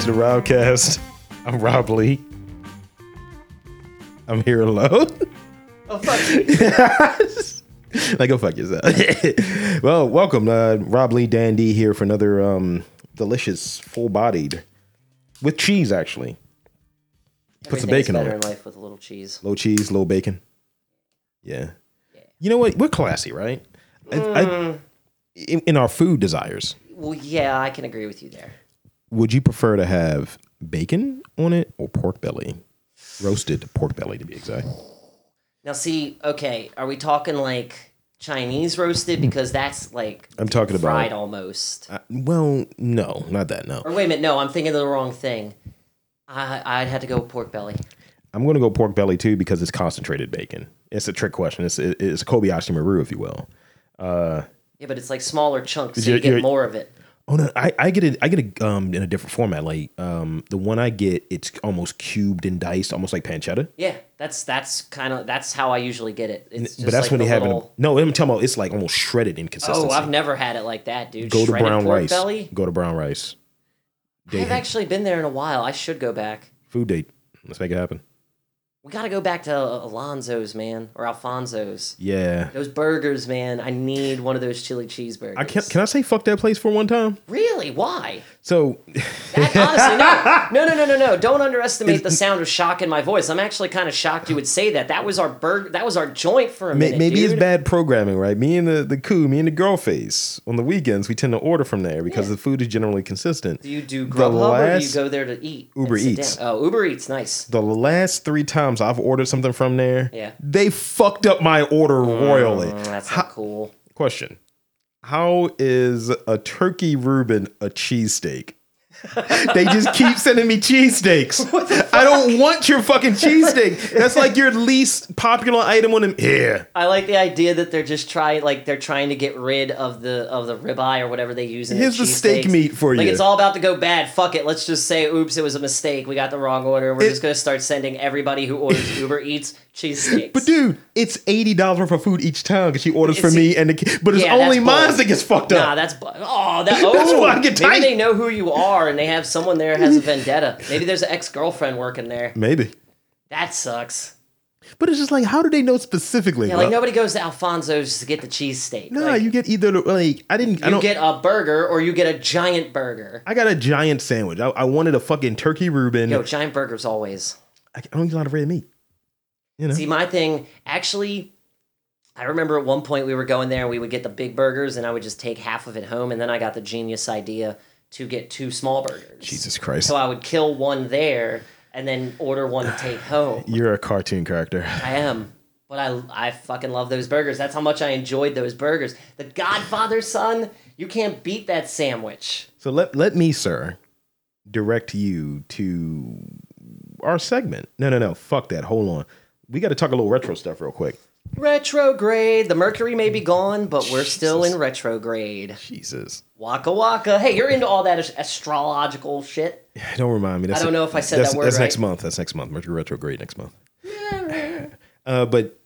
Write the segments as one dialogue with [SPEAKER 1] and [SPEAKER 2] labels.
[SPEAKER 1] to the Robcast. I'm Rob Lee. I'm here alone. Oh, fuck you. like, go fuck yourself. well, welcome. Uh, Rob Lee Dandy here for another um, delicious, full bodied, with cheese, actually. Put some
[SPEAKER 2] Everything's
[SPEAKER 1] bacon on
[SPEAKER 2] better
[SPEAKER 1] it.
[SPEAKER 2] in life with a little cheese.
[SPEAKER 1] Low cheese, low bacon. Yeah. Mm. You know what? We're classy, right? I, I, in, in our food desires,
[SPEAKER 2] Well, yeah, I can agree with you there.
[SPEAKER 1] would you prefer to have bacon on it or pork belly? Roasted pork belly, to be exact.
[SPEAKER 2] Now, see, okay, are we talking like Chinese roasted? Because that's like
[SPEAKER 1] I'm talking about-
[SPEAKER 2] fried almost.
[SPEAKER 1] I, well, no, not that. No,
[SPEAKER 2] or wait a minute, no, I'm thinking of the wrong thing. I I'd have to go with pork belly.
[SPEAKER 1] I'm going to go pork belly too because it's concentrated bacon. It's a trick question. It's it's Kobayashi Maru, if you will.
[SPEAKER 2] Yeah, but it's like smaller chunks, so
[SPEAKER 1] You're-
[SPEAKER 2] you get
[SPEAKER 1] you're-
[SPEAKER 2] more of it.
[SPEAKER 1] Oh no, I, I get it. I get it um, in a different format. Like um, the one I get, it's almost cubed and diced, almost like pancetta.
[SPEAKER 2] Yeah, that's that's kind of that's how I usually get it. It's just
[SPEAKER 1] but that's
[SPEAKER 2] like
[SPEAKER 1] when
[SPEAKER 2] the
[SPEAKER 1] they have it.
[SPEAKER 2] little-
[SPEAKER 1] in- No, I'm talking about it's like almost shredded in consistency.
[SPEAKER 2] Oh, I've never had it like that, dude.
[SPEAKER 1] go to
[SPEAKER 2] Shredded
[SPEAKER 1] brown
[SPEAKER 2] pork
[SPEAKER 1] rice.
[SPEAKER 2] Belly.
[SPEAKER 1] Go to brown rice. Date.
[SPEAKER 2] I've actually been there in a while. I should go back.
[SPEAKER 1] Food date. Let's make it happen.
[SPEAKER 2] We got to go back to Alonzo's, man, or Alfonso's.
[SPEAKER 1] Yeah.
[SPEAKER 2] Those burgers, man. I need one of those chili cheeseburgers.
[SPEAKER 1] I can, can I say fuck that place for one time?
[SPEAKER 2] Really? Why?
[SPEAKER 1] So
[SPEAKER 2] That, honestly, no. No, no, no, no, no. Don't underestimate the sound of shock in my voice. I'm actually kind of shocked you would say that. That was our burger. That was our joint for a
[SPEAKER 1] May-
[SPEAKER 2] minute,
[SPEAKER 1] Maybe
[SPEAKER 2] dude.
[SPEAKER 1] it's bad programming, right? Me and the the coup, me and the girl face on the weekends, we tend to order from there because the food is generally consistent.
[SPEAKER 2] Do you do
[SPEAKER 1] The
[SPEAKER 2] Grubhub or do you
[SPEAKER 1] last-
[SPEAKER 2] go there to eat? and
[SPEAKER 1] Uber
[SPEAKER 2] sit
[SPEAKER 1] Eats.
[SPEAKER 2] down? Oh, Uber Eats. Nice.
[SPEAKER 1] The last three times I've ordered something from there,
[SPEAKER 2] Yeah.
[SPEAKER 1] they fucked up my order royally.
[SPEAKER 2] Mm, that's not cool.
[SPEAKER 1] Question: How is a turkey Reuben a cheesesteak? they just keep sending me cheesesteaks. I don't want your fucking cheesesteak. That's like your least popular item on them. Yeah.
[SPEAKER 2] I like the idea that they're just trying, like they're trying to get rid of the of the ribeye or whatever they use. In
[SPEAKER 1] Here's the
[SPEAKER 2] cheese
[SPEAKER 1] steak
[SPEAKER 2] steaks.
[SPEAKER 1] meat for
[SPEAKER 2] Like
[SPEAKER 1] you.
[SPEAKER 2] it's all about to go bad. Fuck it. Let's just say, oops, it was a mistake. We got the wrong order. We're just gonna start sending everybody who orders Uber Eats cheesesteaks.
[SPEAKER 1] But dude, it's eighty dollars worth of food each time because she orders for
[SPEAKER 2] It's- e-
[SPEAKER 1] me and the kid. But it's
[SPEAKER 2] Yeah, that's
[SPEAKER 1] only mine
[SPEAKER 2] bold.
[SPEAKER 1] that gets fucked
[SPEAKER 2] nah,
[SPEAKER 1] up.
[SPEAKER 2] that's bu- oh, that oh,
[SPEAKER 1] That's why I get tight.
[SPEAKER 2] maybe they know who you are and they have someone there has a vendetta. Maybe there's an ex girlfriend working there.
[SPEAKER 1] Maybe.
[SPEAKER 2] That sucks.
[SPEAKER 1] But it's just like, how do they know specifically?
[SPEAKER 2] Yeah, like
[SPEAKER 1] bro?
[SPEAKER 2] nobody goes to Alfonso's to get the cheesesteak.
[SPEAKER 1] Nah,
[SPEAKER 2] like,
[SPEAKER 1] you get either like I didn't. I
[SPEAKER 2] you
[SPEAKER 1] don't.
[SPEAKER 2] get a burger or you get a giant burger.
[SPEAKER 1] I got a giant sandwich. I, I wanted a fucking turkey Reuben.
[SPEAKER 2] Yo, giant burgers always.
[SPEAKER 1] I I don't eat a lot of red meat. You know.
[SPEAKER 2] See, my thing, actually, I remember at one point we were going there and we would get the big burgers and I would just take half of it home. And then I got the genius idea to get two small burgers.
[SPEAKER 1] Jesus Christ,
[SPEAKER 2] So I would kill one there and then order one to take home.
[SPEAKER 1] you're a cartoon character.
[SPEAKER 2] I am. But I, I fucking love those burgers. That's how much I enjoyed those burgers. The Godfather, son, you can't beat that sandwich.
[SPEAKER 1] So let let me, sir, direct you to our segment. No, no, no. Fuck that. Hold on. We got to talk a little retro stuff real quick.
[SPEAKER 2] Retrograde. The Mercury may be gone, but we're still in retrograde.
[SPEAKER 1] Jesus.
[SPEAKER 2] Waka waka. Hey, you're into all that as- astrological shit.
[SPEAKER 1] Don't remind me. That's
[SPEAKER 2] I don't know if I said
[SPEAKER 1] that's,
[SPEAKER 2] that word
[SPEAKER 1] That's
[SPEAKER 2] right.
[SPEAKER 1] next month. That's next month. Mercury retrograde next month. uh, but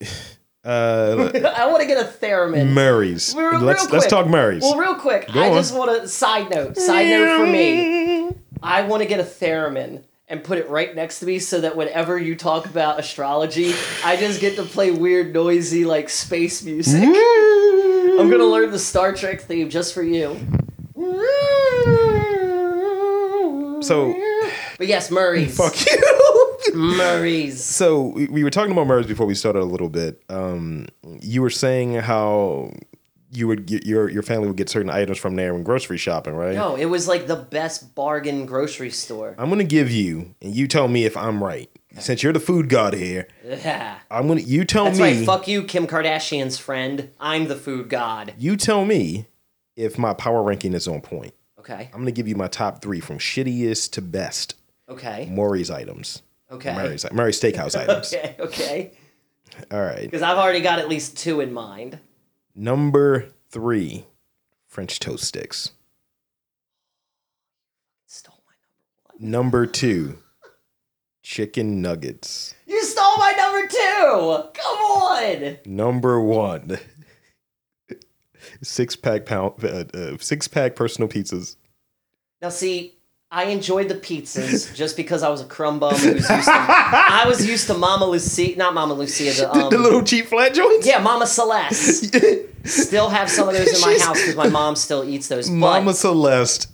[SPEAKER 1] uh,
[SPEAKER 2] I want to get a theremin.
[SPEAKER 1] Murray's.
[SPEAKER 2] Real- real
[SPEAKER 1] let's let's
[SPEAKER 2] quick.
[SPEAKER 1] talk Murray's.
[SPEAKER 2] Well, real quick, I
[SPEAKER 1] on.
[SPEAKER 2] just want to side note. Side note for me. I want to get a theremin and put it right next to me so that whenever you talk about astrology, I just get to play weird, noisy, like space music. I'm gonna learn the Star Trek theme just for you.
[SPEAKER 1] so
[SPEAKER 2] But yes, Murray's.
[SPEAKER 1] fuck you.
[SPEAKER 2] Murray's.
[SPEAKER 1] so we, we were talking about Murray's before we started a little bit. Um, you were saying how you would get your your family would get certain items from there when grocery shopping, right?
[SPEAKER 2] No, it was like the best bargain grocery store.
[SPEAKER 1] I'm gonna give you, and you tell me if I'm right. Since you're the food god here,
[SPEAKER 2] Yeah.
[SPEAKER 1] I'm gonna you tell
[SPEAKER 2] That's
[SPEAKER 1] me.
[SPEAKER 2] right. Fuck you, Kim Kardashian's friend. I'm the food god.
[SPEAKER 1] You tell me if my power ranking is on point.
[SPEAKER 2] Okay.
[SPEAKER 1] I'm gonna give you my top three from shittiest to best
[SPEAKER 2] Okay.
[SPEAKER 1] Murray's items.
[SPEAKER 2] Okay.
[SPEAKER 1] Murray's, Murray's Steakhouse items.
[SPEAKER 2] Okay. Okay.
[SPEAKER 1] All right.
[SPEAKER 2] Because I've already got at least two in mind.
[SPEAKER 1] Number three, French toast sticks.
[SPEAKER 2] Stole my
[SPEAKER 1] Number two, chicken nuggets.
[SPEAKER 2] number. You stole my number two. Come on.
[SPEAKER 1] Number one, six pack pound, uh, uh, six pack personal pizzas.
[SPEAKER 2] Now see, I enjoyed the pizzas just because I was a crumb bum. Who was used to, I was used to Mama Lucia, not Mama Lucia. The, um,
[SPEAKER 1] the little cheap flat joints.
[SPEAKER 2] yeah, Mama Celeste. Still have some of those in my
[SPEAKER 1] She's-
[SPEAKER 2] house because my mom still eats those.
[SPEAKER 1] Mama
[SPEAKER 2] but
[SPEAKER 1] Celeste.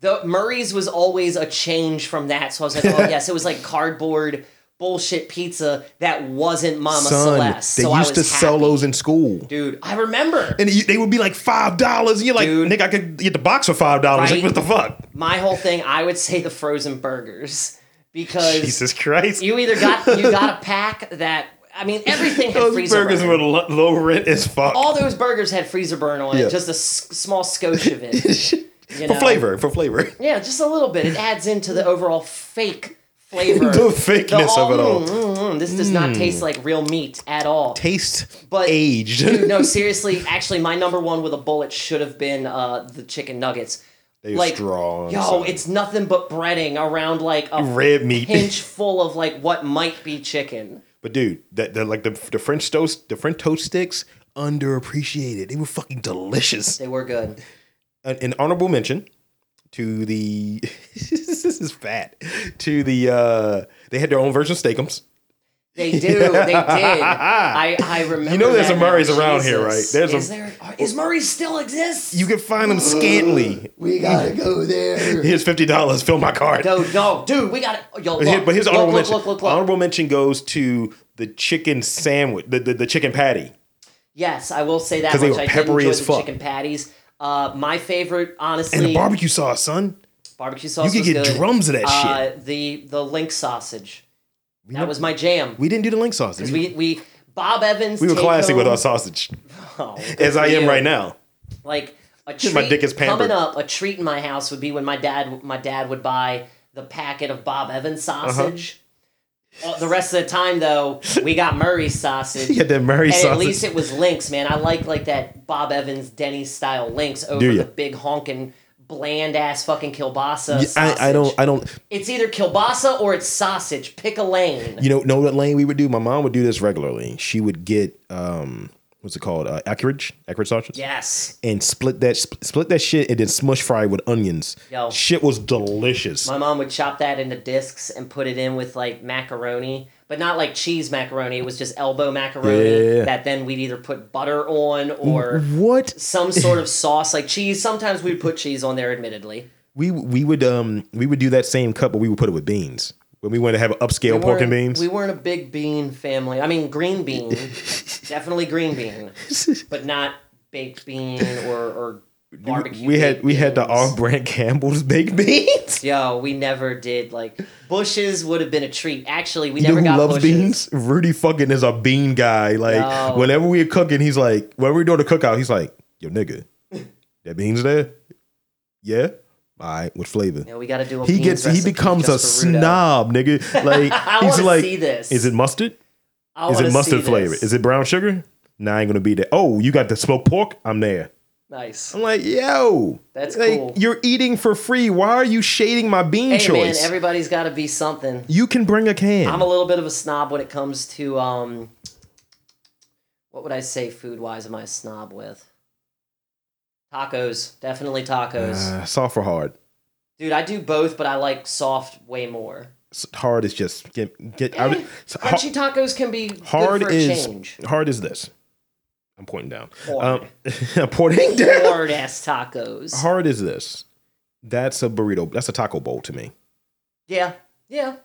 [SPEAKER 2] the Murray's was always a change from that, so I was like, oh yes, it was like cardboard bullshit pizza that wasn't Mama
[SPEAKER 1] Son,
[SPEAKER 2] Celeste.
[SPEAKER 1] they
[SPEAKER 2] so
[SPEAKER 1] used
[SPEAKER 2] I
[SPEAKER 1] to
[SPEAKER 2] was
[SPEAKER 1] sell
[SPEAKER 2] happy.
[SPEAKER 1] those in school.
[SPEAKER 2] dude. I remember.
[SPEAKER 1] And you- they would be like five dollars, and you're like,
[SPEAKER 2] Dude.
[SPEAKER 1] "Nick, I could get the box for five dollars." Like, what
[SPEAKER 2] Right?
[SPEAKER 1] the fuck?
[SPEAKER 2] my whole thing, I would say the frozen burgers because
[SPEAKER 1] Jesus Christ!
[SPEAKER 2] you either got you got a pack that I mean everything had
[SPEAKER 1] Those
[SPEAKER 2] freezer
[SPEAKER 1] burgers
[SPEAKER 2] burn.
[SPEAKER 1] were lo- low rent as fuck.
[SPEAKER 2] All those burgers had freezer burn on
[SPEAKER 1] Yeah.
[SPEAKER 2] it, just a s- small scotch of it you
[SPEAKER 1] for
[SPEAKER 2] know?
[SPEAKER 1] flavor, for flavor.
[SPEAKER 2] Yeah, just a little bit. It adds into the overall fake flavor.
[SPEAKER 1] The fakeness of
[SPEAKER 2] all,
[SPEAKER 1] it all. Hmm.
[SPEAKER 2] "Mm, mm, mm, this does not taste like real meat at all.
[SPEAKER 1] Taste
[SPEAKER 2] But-
[SPEAKER 1] aged.
[SPEAKER 2] Dude, no, seriously. Actually, my number one with a bullet should have been uh, the chicken nuggets.
[SPEAKER 1] they
[SPEAKER 2] like,
[SPEAKER 1] strong.
[SPEAKER 2] Yo,
[SPEAKER 1] son.
[SPEAKER 2] it's nothing but breading around like a
[SPEAKER 1] red meat.
[SPEAKER 2] pinch full of like what might be chicken.
[SPEAKER 1] But dude, that the, like the, the French toast, the French toast sticks, underappreciated. They were fucking delicious.
[SPEAKER 2] They were good.
[SPEAKER 1] An, an honorable mention to the this is fat to the uh they had their own version of steakums.
[SPEAKER 2] They do. They did. I, I remember.
[SPEAKER 1] You know there's
[SPEAKER 2] that
[SPEAKER 1] a
[SPEAKER 2] now.
[SPEAKER 1] Murray's around here,
[SPEAKER 2] Jesus.
[SPEAKER 1] right? There's a-
[SPEAKER 2] is there? Is Murray still exists?
[SPEAKER 1] You can find them scantily.
[SPEAKER 2] Uh, we gotta go there.
[SPEAKER 1] Here's fifty dollars. Fill my card.
[SPEAKER 2] No, no, dude, we got to Yo,
[SPEAKER 1] But here-
[SPEAKER 2] look,
[SPEAKER 1] but here's
[SPEAKER 2] look,
[SPEAKER 1] honorable
[SPEAKER 2] look,
[SPEAKER 1] mention.
[SPEAKER 2] Look, look, look.
[SPEAKER 1] Honorable mention goes to the chicken sandwich, the the, the chicken patty.
[SPEAKER 2] Yes, I will say that
[SPEAKER 1] 'Cause they
[SPEAKER 2] much.
[SPEAKER 1] were
[SPEAKER 2] I did
[SPEAKER 1] peppery
[SPEAKER 2] enjoy
[SPEAKER 1] as
[SPEAKER 2] the
[SPEAKER 1] fuck.
[SPEAKER 2] chicken patties. Uh, my favorite, honestly,
[SPEAKER 1] And the barbecue sauce, son.
[SPEAKER 2] barbecue sauce.
[SPEAKER 1] You could
[SPEAKER 2] was
[SPEAKER 1] get
[SPEAKER 2] good.
[SPEAKER 1] drums of that shit.
[SPEAKER 2] Uh, the the link sausage. That was my jam.
[SPEAKER 1] We didn't do the link sausage. We,
[SPEAKER 2] We we Bob Evans.
[SPEAKER 1] were
[SPEAKER 2] take
[SPEAKER 1] classy with
[SPEAKER 2] home-
[SPEAKER 1] our sausage,
[SPEAKER 2] Oh, good
[SPEAKER 1] as I
[SPEAKER 2] for
[SPEAKER 1] am
[SPEAKER 2] you.
[SPEAKER 1] right now.
[SPEAKER 2] Like a treat,
[SPEAKER 1] My dick is pampered.
[SPEAKER 2] coming up. A treat in my house would be when my dad my dad would buy the packet of Bob Evans
[SPEAKER 1] Uh-huh.
[SPEAKER 2] sausage. Uh, the rest of the time, though, we got Murray's sausage.
[SPEAKER 1] Yeah, that Murray
[SPEAKER 2] and
[SPEAKER 1] sausage.
[SPEAKER 2] at least it was links, man. I like like that Bob Evans Denny style links
[SPEAKER 1] Do
[SPEAKER 2] over
[SPEAKER 1] ya?
[SPEAKER 2] the big honking bland ass fucking kielbasa. sausage.
[SPEAKER 1] I, I don't. I don't.
[SPEAKER 2] It's either kielbasa or it's sausage. Pick a lane.
[SPEAKER 1] You know, know what lane we would do? My mom would do this regularly. She would get um, what's it called? Uh, acreage, acreage sausage,
[SPEAKER 2] Yes,
[SPEAKER 1] and split that sp- split that shit, and then smush fry with onions.
[SPEAKER 2] Yo.
[SPEAKER 1] Shit was delicious.
[SPEAKER 2] my mom would chop that into discs and put it in with like macaroni, but not like cheese macaroni. It was just elbow macaroni
[SPEAKER 1] Yeah.
[SPEAKER 2] that then we'd either put butter on or
[SPEAKER 1] what
[SPEAKER 2] some sort of sauce like cheese. Sometimes we'd put cheese on there, admittedly.
[SPEAKER 1] we we would um we would do that same cup, but we would put it with beans when we wanted to have an upscale pork and
[SPEAKER 2] weren't-
[SPEAKER 1] beans.
[SPEAKER 2] We weren't a big bean family. I mean, green bean, definitely green bean, but not baked bean or, or barbecue.
[SPEAKER 1] we had
[SPEAKER 2] baked
[SPEAKER 1] we had the
[SPEAKER 2] beans.
[SPEAKER 1] off brand Campbell's baked beans.
[SPEAKER 2] Yo, we never did like bushes would have been a treat. Actually, we
[SPEAKER 1] You
[SPEAKER 2] never
[SPEAKER 1] know who
[SPEAKER 2] got
[SPEAKER 1] loves beans?
[SPEAKER 2] bushes.
[SPEAKER 1] Rudy fucking is a bean guy. Like
[SPEAKER 2] No.
[SPEAKER 1] whenever we're cooking, he's like, whenever we're doing a cookout, he's like, yo nigga, that beans there? Yeah? All right, what flavor?
[SPEAKER 2] No, we got to do. A
[SPEAKER 1] He
[SPEAKER 2] beans
[SPEAKER 1] gets he
[SPEAKER 2] recipe
[SPEAKER 1] becomes a
[SPEAKER 2] just for Rudo.
[SPEAKER 1] snob, nigga. Like
[SPEAKER 2] I
[SPEAKER 1] he's
[SPEAKER 2] wanna
[SPEAKER 1] like,
[SPEAKER 2] see this.
[SPEAKER 1] is it mustard?
[SPEAKER 2] I
[SPEAKER 1] Is
[SPEAKER 2] wanna
[SPEAKER 1] it
[SPEAKER 2] see
[SPEAKER 1] mustard
[SPEAKER 2] this.
[SPEAKER 1] flavor? Is it brown sugar? Nah, I ain't gonna be there. Oh, you got the smoked pork? I'm there.
[SPEAKER 2] nice?
[SPEAKER 1] I'm like, yo,
[SPEAKER 2] That's
[SPEAKER 1] like,
[SPEAKER 2] cool.
[SPEAKER 1] You're eating for free. Why are you shading my bean
[SPEAKER 2] Hey man,
[SPEAKER 1] choice?
[SPEAKER 2] everybody's got to be something.
[SPEAKER 1] you can bring a can.
[SPEAKER 2] I'm a little bit of a snob when it comes to um. What would I say food wise? Am I a snob with? Tacos, definitely tacos.
[SPEAKER 1] Uh, soft or hard?
[SPEAKER 2] Dude, I do both, but I like soft way more.
[SPEAKER 1] S- Hard is just get get. I
[SPEAKER 2] Eh,
[SPEAKER 1] would- so har-
[SPEAKER 2] Crunchy tacos can be
[SPEAKER 1] hard
[SPEAKER 2] good for a
[SPEAKER 1] is
[SPEAKER 2] change.
[SPEAKER 1] hard is this. I'm pointing down.
[SPEAKER 2] Hard.
[SPEAKER 1] Um, I'm pointing down.
[SPEAKER 2] Hard ass tacos.
[SPEAKER 1] Hard is this. That's a burrito. That's a taco bowl to me.
[SPEAKER 2] Yeah, yeah,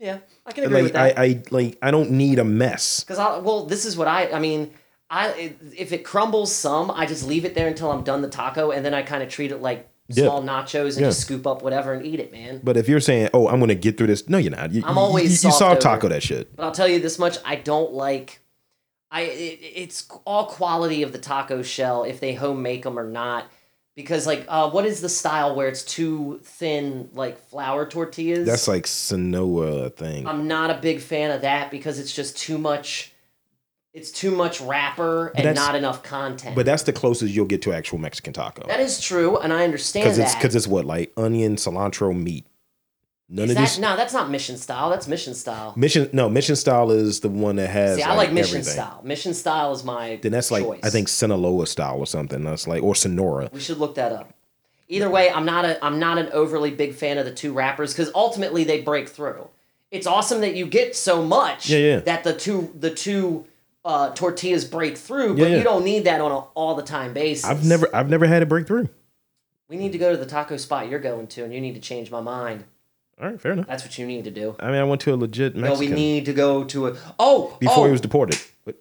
[SPEAKER 2] yeah. I can agree with
[SPEAKER 1] Like I,
[SPEAKER 2] that.
[SPEAKER 1] I like I don't need a mess.
[SPEAKER 2] Because I, well, this is what I. I mean, I if it crumbles some, I just leave it there until I'm done the taco, and then I kind of treat it like
[SPEAKER 1] Dip.
[SPEAKER 2] small nachos and
[SPEAKER 1] Yeah.
[SPEAKER 2] just scoop up whatever and eat it, man.
[SPEAKER 1] But if you're saying, "Oh, I'm gonna get through this," no, you're not. You,
[SPEAKER 2] I'm
[SPEAKER 1] you-
[SPEAKER 2] always
[SPEAKER 1] you, you
[SPEAKER 2] soft
[SPEAKER 1] saw
[SPEAKER 2] over.
[SPEAKER 1] taco that shit.
[SPEAKER 2] But I'll tell you this much: I don't like. I it, it's all quality of the taco shell if they home make them or not. Because like, uh, what is the style where it's too thin, like flour tortillas?
[SPEAKER 1] That's like Sonora thing.
[SPEAKER 2] I'm not a big fan of that because it's just too much. It's too much wrapper and
[SPEAKER 1] that's-
[SPEAKER 2] not enough content.
[SPEAKER 1] But that's the closest you'll get to actual Mexican taco.
[SPEAKER 2] That is true, and I understand
[SPEAKER 1] Because it's
[SPEAKER 2] that.
[SPEAKER 1] because it's what like onion, cilantro, meat. None
[SPEAKER 2] Is
[SPEAKER 1] of
[SPEAKER 2] that-
[SPEAKER 1] these
[SPEAKER 2] no, that's not mission style. That's mission style.
[SPEAKER 1] mission. No, mission style is the one that has.
[SPEAKER 2] See, I like mission
[SPEAKER 1] everything.
[SPEAKER 2] style. Mission style is my
[SPEAKER 1] Then that's like
[SPEAKER 2] choice.
[SPEAKER 1] I think Sinaloa style or something. That's like or Sonora.
[SPEAKER 2] we should look that up. Either way, I'm not a I'm not an overly big fan of the two rappers because ultimately they break through. It's awesome that you get so much
[SPEAKER 1] Yeah, yeah.
[SPEAKER 2] that the two the two uh, tortillas break through, but
[SPEAKER 1] Yeah, yeah.
[SPEAKER 2] you don't need that on an all the time basis.
[SPEAKER 1] I've never I've never had a breakthrough.
[SPEAKER 2] We need to go to the taco spot you're going to, and you need to change my mind.
[SPEAKER 1] All right, fair enough.
[SPEAKER 2] That's what you need to do.
[SPEAKER 1] I mean, I went to a legit
[SPEAKER 2] No,
[SPEAKER 1] Mexican
[SPEAKER 2] we need to go to a. Oh,
[SPEAKER 1] before
[SPEAKER 2] oh,
[SPEAKER 1] he was deported. But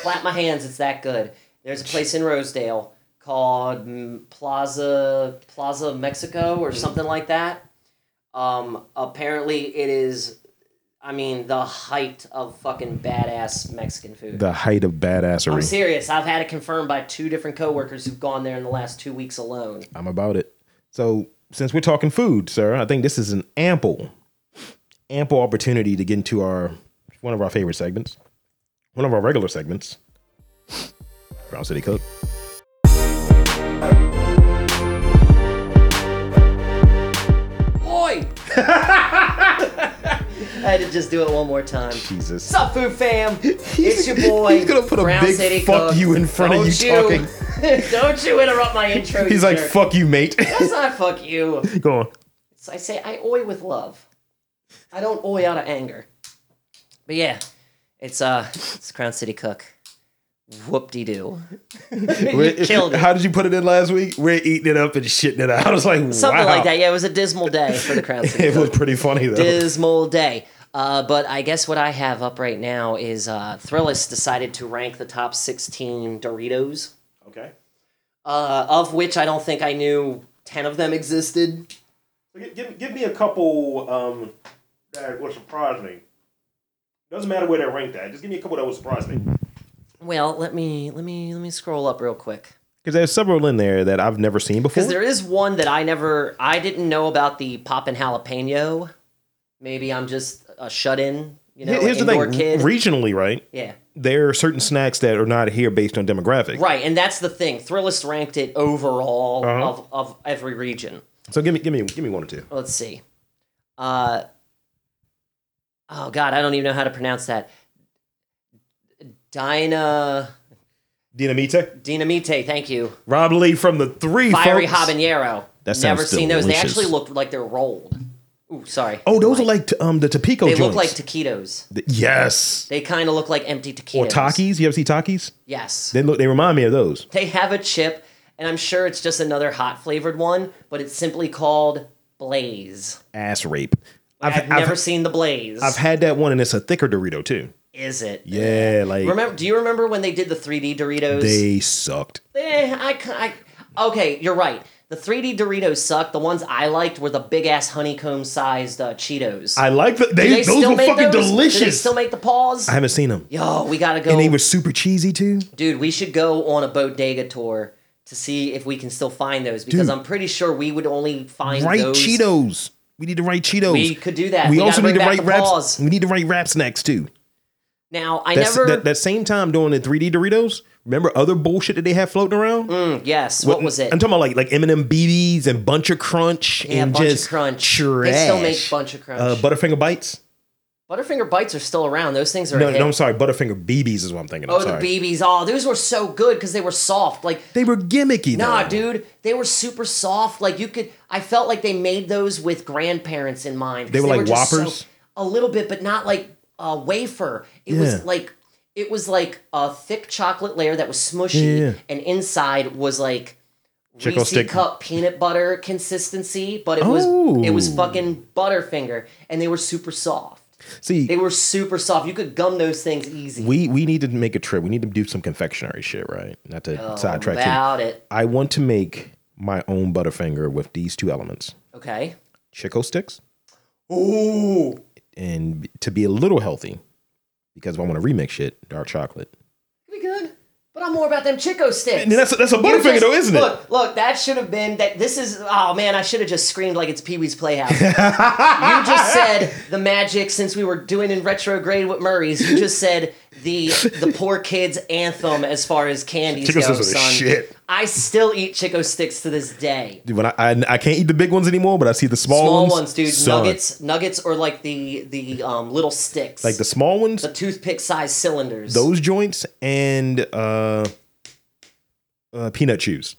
[SPEAKER 2] clap my hands. It's that good. There's a place in Rosedale called mm, Plaza Plaza Mexico or something like that. Um, apparently it is. I mean, the height of fucking badass Mexican food.
[SPEAKER 1] the height of
[SPEAKER 2] I'm
[SPEAKER 1] badassery.
[SPEAKER 2] serious. I've had it confirmed by two different coworkers who've gone there in the last two weeks alone.
[SPEAKER 1] I'm about it. So since we're talking food, sir, I think this is an ample, ample opportunity to get into our one of our favorite segments, one of our regular segments, Brown City Cook.
[SPEAKER 2] Oi! I had to just do it one more time.
[SPEAKER 1] Jesus.
[SPEAKER 2] What's up, food fam? It's your boy.
[SPEAKER 1] He's gonna put a
[SPEAKER 2] Brown
[SPEAKER 1] big
[SPEAKER 2] City
[SPEAKER 1] fuck
[SPEAKER 2] Cook.
[SPEAKER 1] you in front of
[SPEAKER 2] Don't
[SPEAKER 1] you talking.
[SPEAKER 2] Don't you interrupt my intro.
[SPEAKER 1] He's
[SPEAKER 2] you
[SPEAKER 1] like,
[SPEAKER 2] jerk.
[SPEAKER 1] "Fuck you, mate."
[SPEAKER 2] That's not fuck you.
[SPEAKER 1] Go on.
[SPEAKER 2] So I say I oi with love. I don't oi out of anger. But yeah, it's uh, it's Crown City Cook. Whoop de doo. you killed it.
[SPEAKER 1] How did you put it in last week? We're eating it up and shitting it out. I was like,
[SPEAKER 2] Something
[SPEAKER 1] wow.
[SPEAKER 2] like that. Yeah, it was a dismal day for the Crown City
[SPEAKER 1] It
[SPEAKER 2] Cook.
[SPEAKER 1] was pretty funny though.
[SPEAKER 2] dismal day. Uh, but I guess what I have up right now is uh, Thrillist decided to rank the top 16 Doritos,
[SPEAKER 1] Okay.
[SPEAKER 2] uh, of which I don't think I knew 10 of them existed.
[SPEAKER 1] Give, give me a couple um, that will surprise me. Doesn't matter where they're ranked at. Just give me a couple that will surprise me.
[SPEAKER 2] Well, let me let me let me scroll up real quick
[SPEAKER 1] Because there's several in there that I've never seen before.
[SPEAKER 2] because there is one that I never I didn't know about the poppin' jalapeno. Maybe I'm just a shut in, you know,
[SPEAKER 1] Here's the
[SPEAKER 2] indoor
[SPEAKER 1] thing:
[SPEAKER 2] kid.
[SPEAKER 1] regionally, right?
[SPEAKER 2] yeah,
[SPEAKER 1] There are certain snacks that are not here based on demographic.
[SPEAKER 2] right. And that's the thing. Thrillist ranked it overall
[SPEAKER 1] Uh-huh.
[SPEAKER 2] of of every region.
[SPEAKER 1] So give me, give me, give me one or two.
[SPEAKER 2] let's see. Uh, oh God, I don't even know how to pronounce that. Dina
[SPEAKER 1] Dinamite,
[SPEAKER 2] Dinamite, thank you.
[SPEAKER 1] Rob Lee from the three
[SPEAKER 2] Fiery
[SPEAKER 1] folks.
[SPEAKER 2] habanero.
[SPEAKER 1] That sounds
[SPEAKER 2] Never seen those. They
[SPEAKER 1] delicious.
[SPEAKER 2] actually looked like they're rolled. Ooh, sorry.
[SPEAKER 1] Oh, those are like t- um the Topico
[SPEAKER 2] They
[SPEAKER 1] joints.
[SPEAKER 2] look like taquitos.
[SPEAKER 1] Th- yes.
[SPEAKER 2] They kind of look like empty taquitos.
[SPEAKER 1] Or Takis. You ever see Takis?
[SPEAKER 2] Yes.
[SPEAKER 1] They look. They remind me of those.
[SPEAKER 2] They have a chip, and I'm sure it's just another hot flavored one, but it's simply called Blaze.
[SPEAKER 1] Ass rape. I've,
[SPEAKER 2] I've, never
[SPEAKER 1] I've,
[SPEAKER 2] seen the Blaze.
[SPEAKER 1] I've had that one, and it's a thicker Dorito too.
[SPEAKER 2] Is it?
[SPEAKER 1] Yeah, like
[SPEAKER 2] Remember? Do you remember when they did the 3D Doritos?
[SPEAKER 1] they sucked.
[SPEAKER 2] Eh, I, ki- I- okay, you're right. The 3D Doritos sucked. The ones I liked were the big ass honeycomb sized uh, Cheetos.
[SPEAKER 1] I like the they,
[SPEAKER 2] Do they
[SPEAKER 1] those
[SPEAKER 2] still
[SPEAKER 1] were
[SPEAKER 2] make
[SPEAKER 1] fucking
[SPEAKER 2] those? Do they
[SPEAKER 1] delicious.
[SPEAKER 2] still make the paws?
[SPEAKER 1] I haven't seen them.
[SPEAKER 2] Yo, we gotta go,
[SPEAKER 1] And they were super cheesy too.
[SPEAKER 2] dude. We should go on a bodega tour to see if we can still find those because
[SPEAKER 1] Dude.
[SPEAKER 2] I'm pretty sure we would only find
[SPEAKER 1] Right
[SPEAKER 2] those.
[SPEAKER 1] Cheetos. We need the right Cheetos.
[SPEAKER 2] We could do that.
[SPEAKER 1] We,
[SPEAKER 2] We, gotta
[SPEAKER 1] also
[SPEAKER 2] bring
[SPEAKER 1] need the
[SPEAKER 2] back
[SPEAKER 1] right
[SPEAKER 2] the
[SPEAKER 1] wraps.
[SPEAKER 2] paws.
[SPEAKER 1] We need the right wrap snacks too.
[SPEAKER 2] Now I
[SPEAKER 1] That's,
[SPEAKER 2] never.
[SPEAKER 1] that, that same time doing the 3D Doritos. Remember other bullshit that they had floating around?
[SPEAKER 2] Mm, yes. What, was it?
[SPEAKER 1] I'm talking about like like M&M BBs and Bunch of Crunch
[SPEAKER 2] yeah,
[SPEAKER 1] and
[SPEAKER 2] bunch
[SPEAKER 1] just
[SPEAKER 2] of crunch.
[SPEAKER 1] trash.
[SPEAKER 2] They still make bunch of crunch.
[SPEAKER 1] uh, Butterfinger bites.
[SPEAKER 2] Butterfinger bites are still around. Those things are a
[SPEAKER 1] No,
[SPEAKER 2] hit.
[SPEAKER 1] no, I'm sorry. Butterfinger BBs is what I'm thinking. I'm
[SPEAKER 2] Oh,
[SPEAKER 1] sorry.
[SPEAKER 2] the BBs. Oh, those were so good because they were soft. Like,
[SPEAKER 1] they were gimmicky.
[SPEAKER 2] nah,
[SPEAKER 1] though.
[SPEAKER 2] dude, they were super soft. Like, you could, I felt like they made those with grandparents in mind. 'cause
[SPEAKER 1] They were like
[SPEAKER 2] just so-
[SPEAKER 1] Whoppers?
[SPEAKER 2] a little bit, but not like a wafer. It
[SPEAKER 1] Yeah.
[SPEAKER 2] was like, it was like a thick chocolate layer that was smushy,
[SPEAKER 1] Yeah, yeah.
[SPEAKER 2] and inside was like
[SPEAKER 1] Chickle
[SPEAKER 2] Reese
[SPEAKER 1] stick.
[SPEAKER 2] cup peanut butter consistency, but it was it was
[SPEAKER 1] Oh.
[SPEAKER 2] fucking Butterfinger, and they were super soft.
[SPEAKER 1] See,
[SPEAKER 2] They were super soft. You could gum those things easy.
[SPEAKER 1] we we need to make a trip. We need to do some confectionery shit, right? Not
[SPEAKER 2] Oh,
[SPEAKER 1] to sidetrack you.
[SPEAKER 2] about it.
[SPEAKER 1] I want to make my own Butterfinger with these two elements:
[SPEAKER 2] Okay.
[SPEAKER 1] Chico sticks,
[SPEAKER 2] Ooh.
[SPEAKER 1] and to be a little healthy, because if I want to remix shit, dark chocolate.
[SPEAKER 2] Be good. But I'm more about them Chico sticks.
[SPEAKER 1] And that's that's a
[SPEAKER 2] You
[SPEAKER 1] Butterfinger,
[SPEAKER 2] just-
[SPEAKER 1] though, isn't it?
[SPEAKER 2] Look, look, that should have been that this is oh man, I should have just screamed like it's Pee-wee's Playhouse. you just said the magic since we were doing in retrograde with Murray's, you just said the the poor kids anthem as far as candies
[SPEAKER 1] Chico
[SPEAKER 2] go,
[SPEAKER 1] sticks are the
[SPEAKER 2] son.
[SPEAKER 1] shit.
[SPEAKER 2] I still eat Chico sticks to this day.
[SPEAKER 1] Dude, When I, I I can't eat the big ones anymore, but I see the small,
[SPEAKER 2] Small
[SPEAKER 1] ones,
[SPEAKER 2] ones, dude.
[SPEAKER 1] son.
[SPEAKER 2] Nuggets, nuggets, or like the the um, little sticks,
[SPEAKER 1] like the small ones,
[SPEAKER 2] the toothpick sized cylinders.
[SPEAKER 1] those joints, and uh, uh, peanut chews.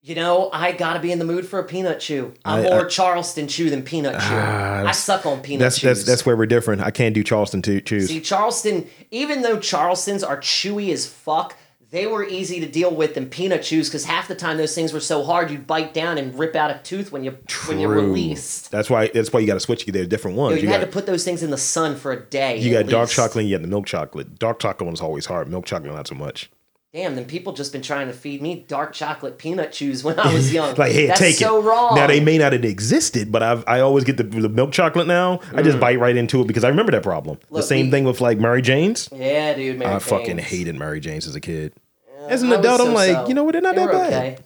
[SPEAKER 2] You know, I gotta be in the mood for a peanut chew. I'm
[SPEAKER 1] I- Ah,
[SPEAKER 2] more Charleston chew than peanut chew. I suck on peanut
[SPEAKER 1] That's
[SPEAKER 2] chews.
[SPEAKER 1] that's that's where we're different. I can't do Charleston to choose.
[SPEAKER 2] See, Charleston, even though Charlestons are chewy as fuck, they were easy to deal with than peanut chews because half the time those things were so hard you'd bite down and rip out a tooth when you when you're
[SPEAKER 1] True.
[SPEAKER 2] released.
[SPEAKER 1] That's why that's why you got to switch. They're different ones.
[SPEAKER 2] You,
[SPEAKER 1] You,
[SPEAKER 2] had
[SPEAKER 1] got
[SPEAKER 2] to put those things in the sun for a day.
[SPEAKER 1] you got
[SPEAKER 2] at
[SPEAKER 1] dark
[SPEAKER 2] least.
[SPEAKER 1] chocolate. and You got the milk chocolate. Dark chocolate one's always hard. Milk chocolate not so much.
[SPEAKER 2] Damn, then people just been trying to feed me dark chocolate peanut chews when I was young.
[SPEAKER 1] Like hey,
[SPEAKER 2] That's
[SPEAKER 1] take
[SPEAKER 2] so
[SPEAKER 1] it.
[SPEAKER 2] wrong.
[SPEAKER 1] Now they may not have existed, but I've I always get the, the milk chocolate now. I just bite right into it because I remember that problem.
[SPEAKER 2] Mm. Look,
[SPEAKER 1] the same
[SPEAKER 2] we-
[SPEAKER 1] thing with like Mary Jane's.
[SPEAKER 2] yeah, dude. Mary
[SPEAKER 1] I fucking
[SPEAKER 2] Jane's.
[SPEAKER 1] hated Mary Jane's as a kid. as an
[SPEAKER 2] I was
[SPEAKER 1] adult, I'm like,
[SPEAKER 2] so-so.
[SPEAKER 1] you know what? They're not
[SPEAKER 2] They
[SPEAKER 1] that
[SPEAKER 2] were
[SPEAKER 1] bad.
[SPEAKER 2] okay.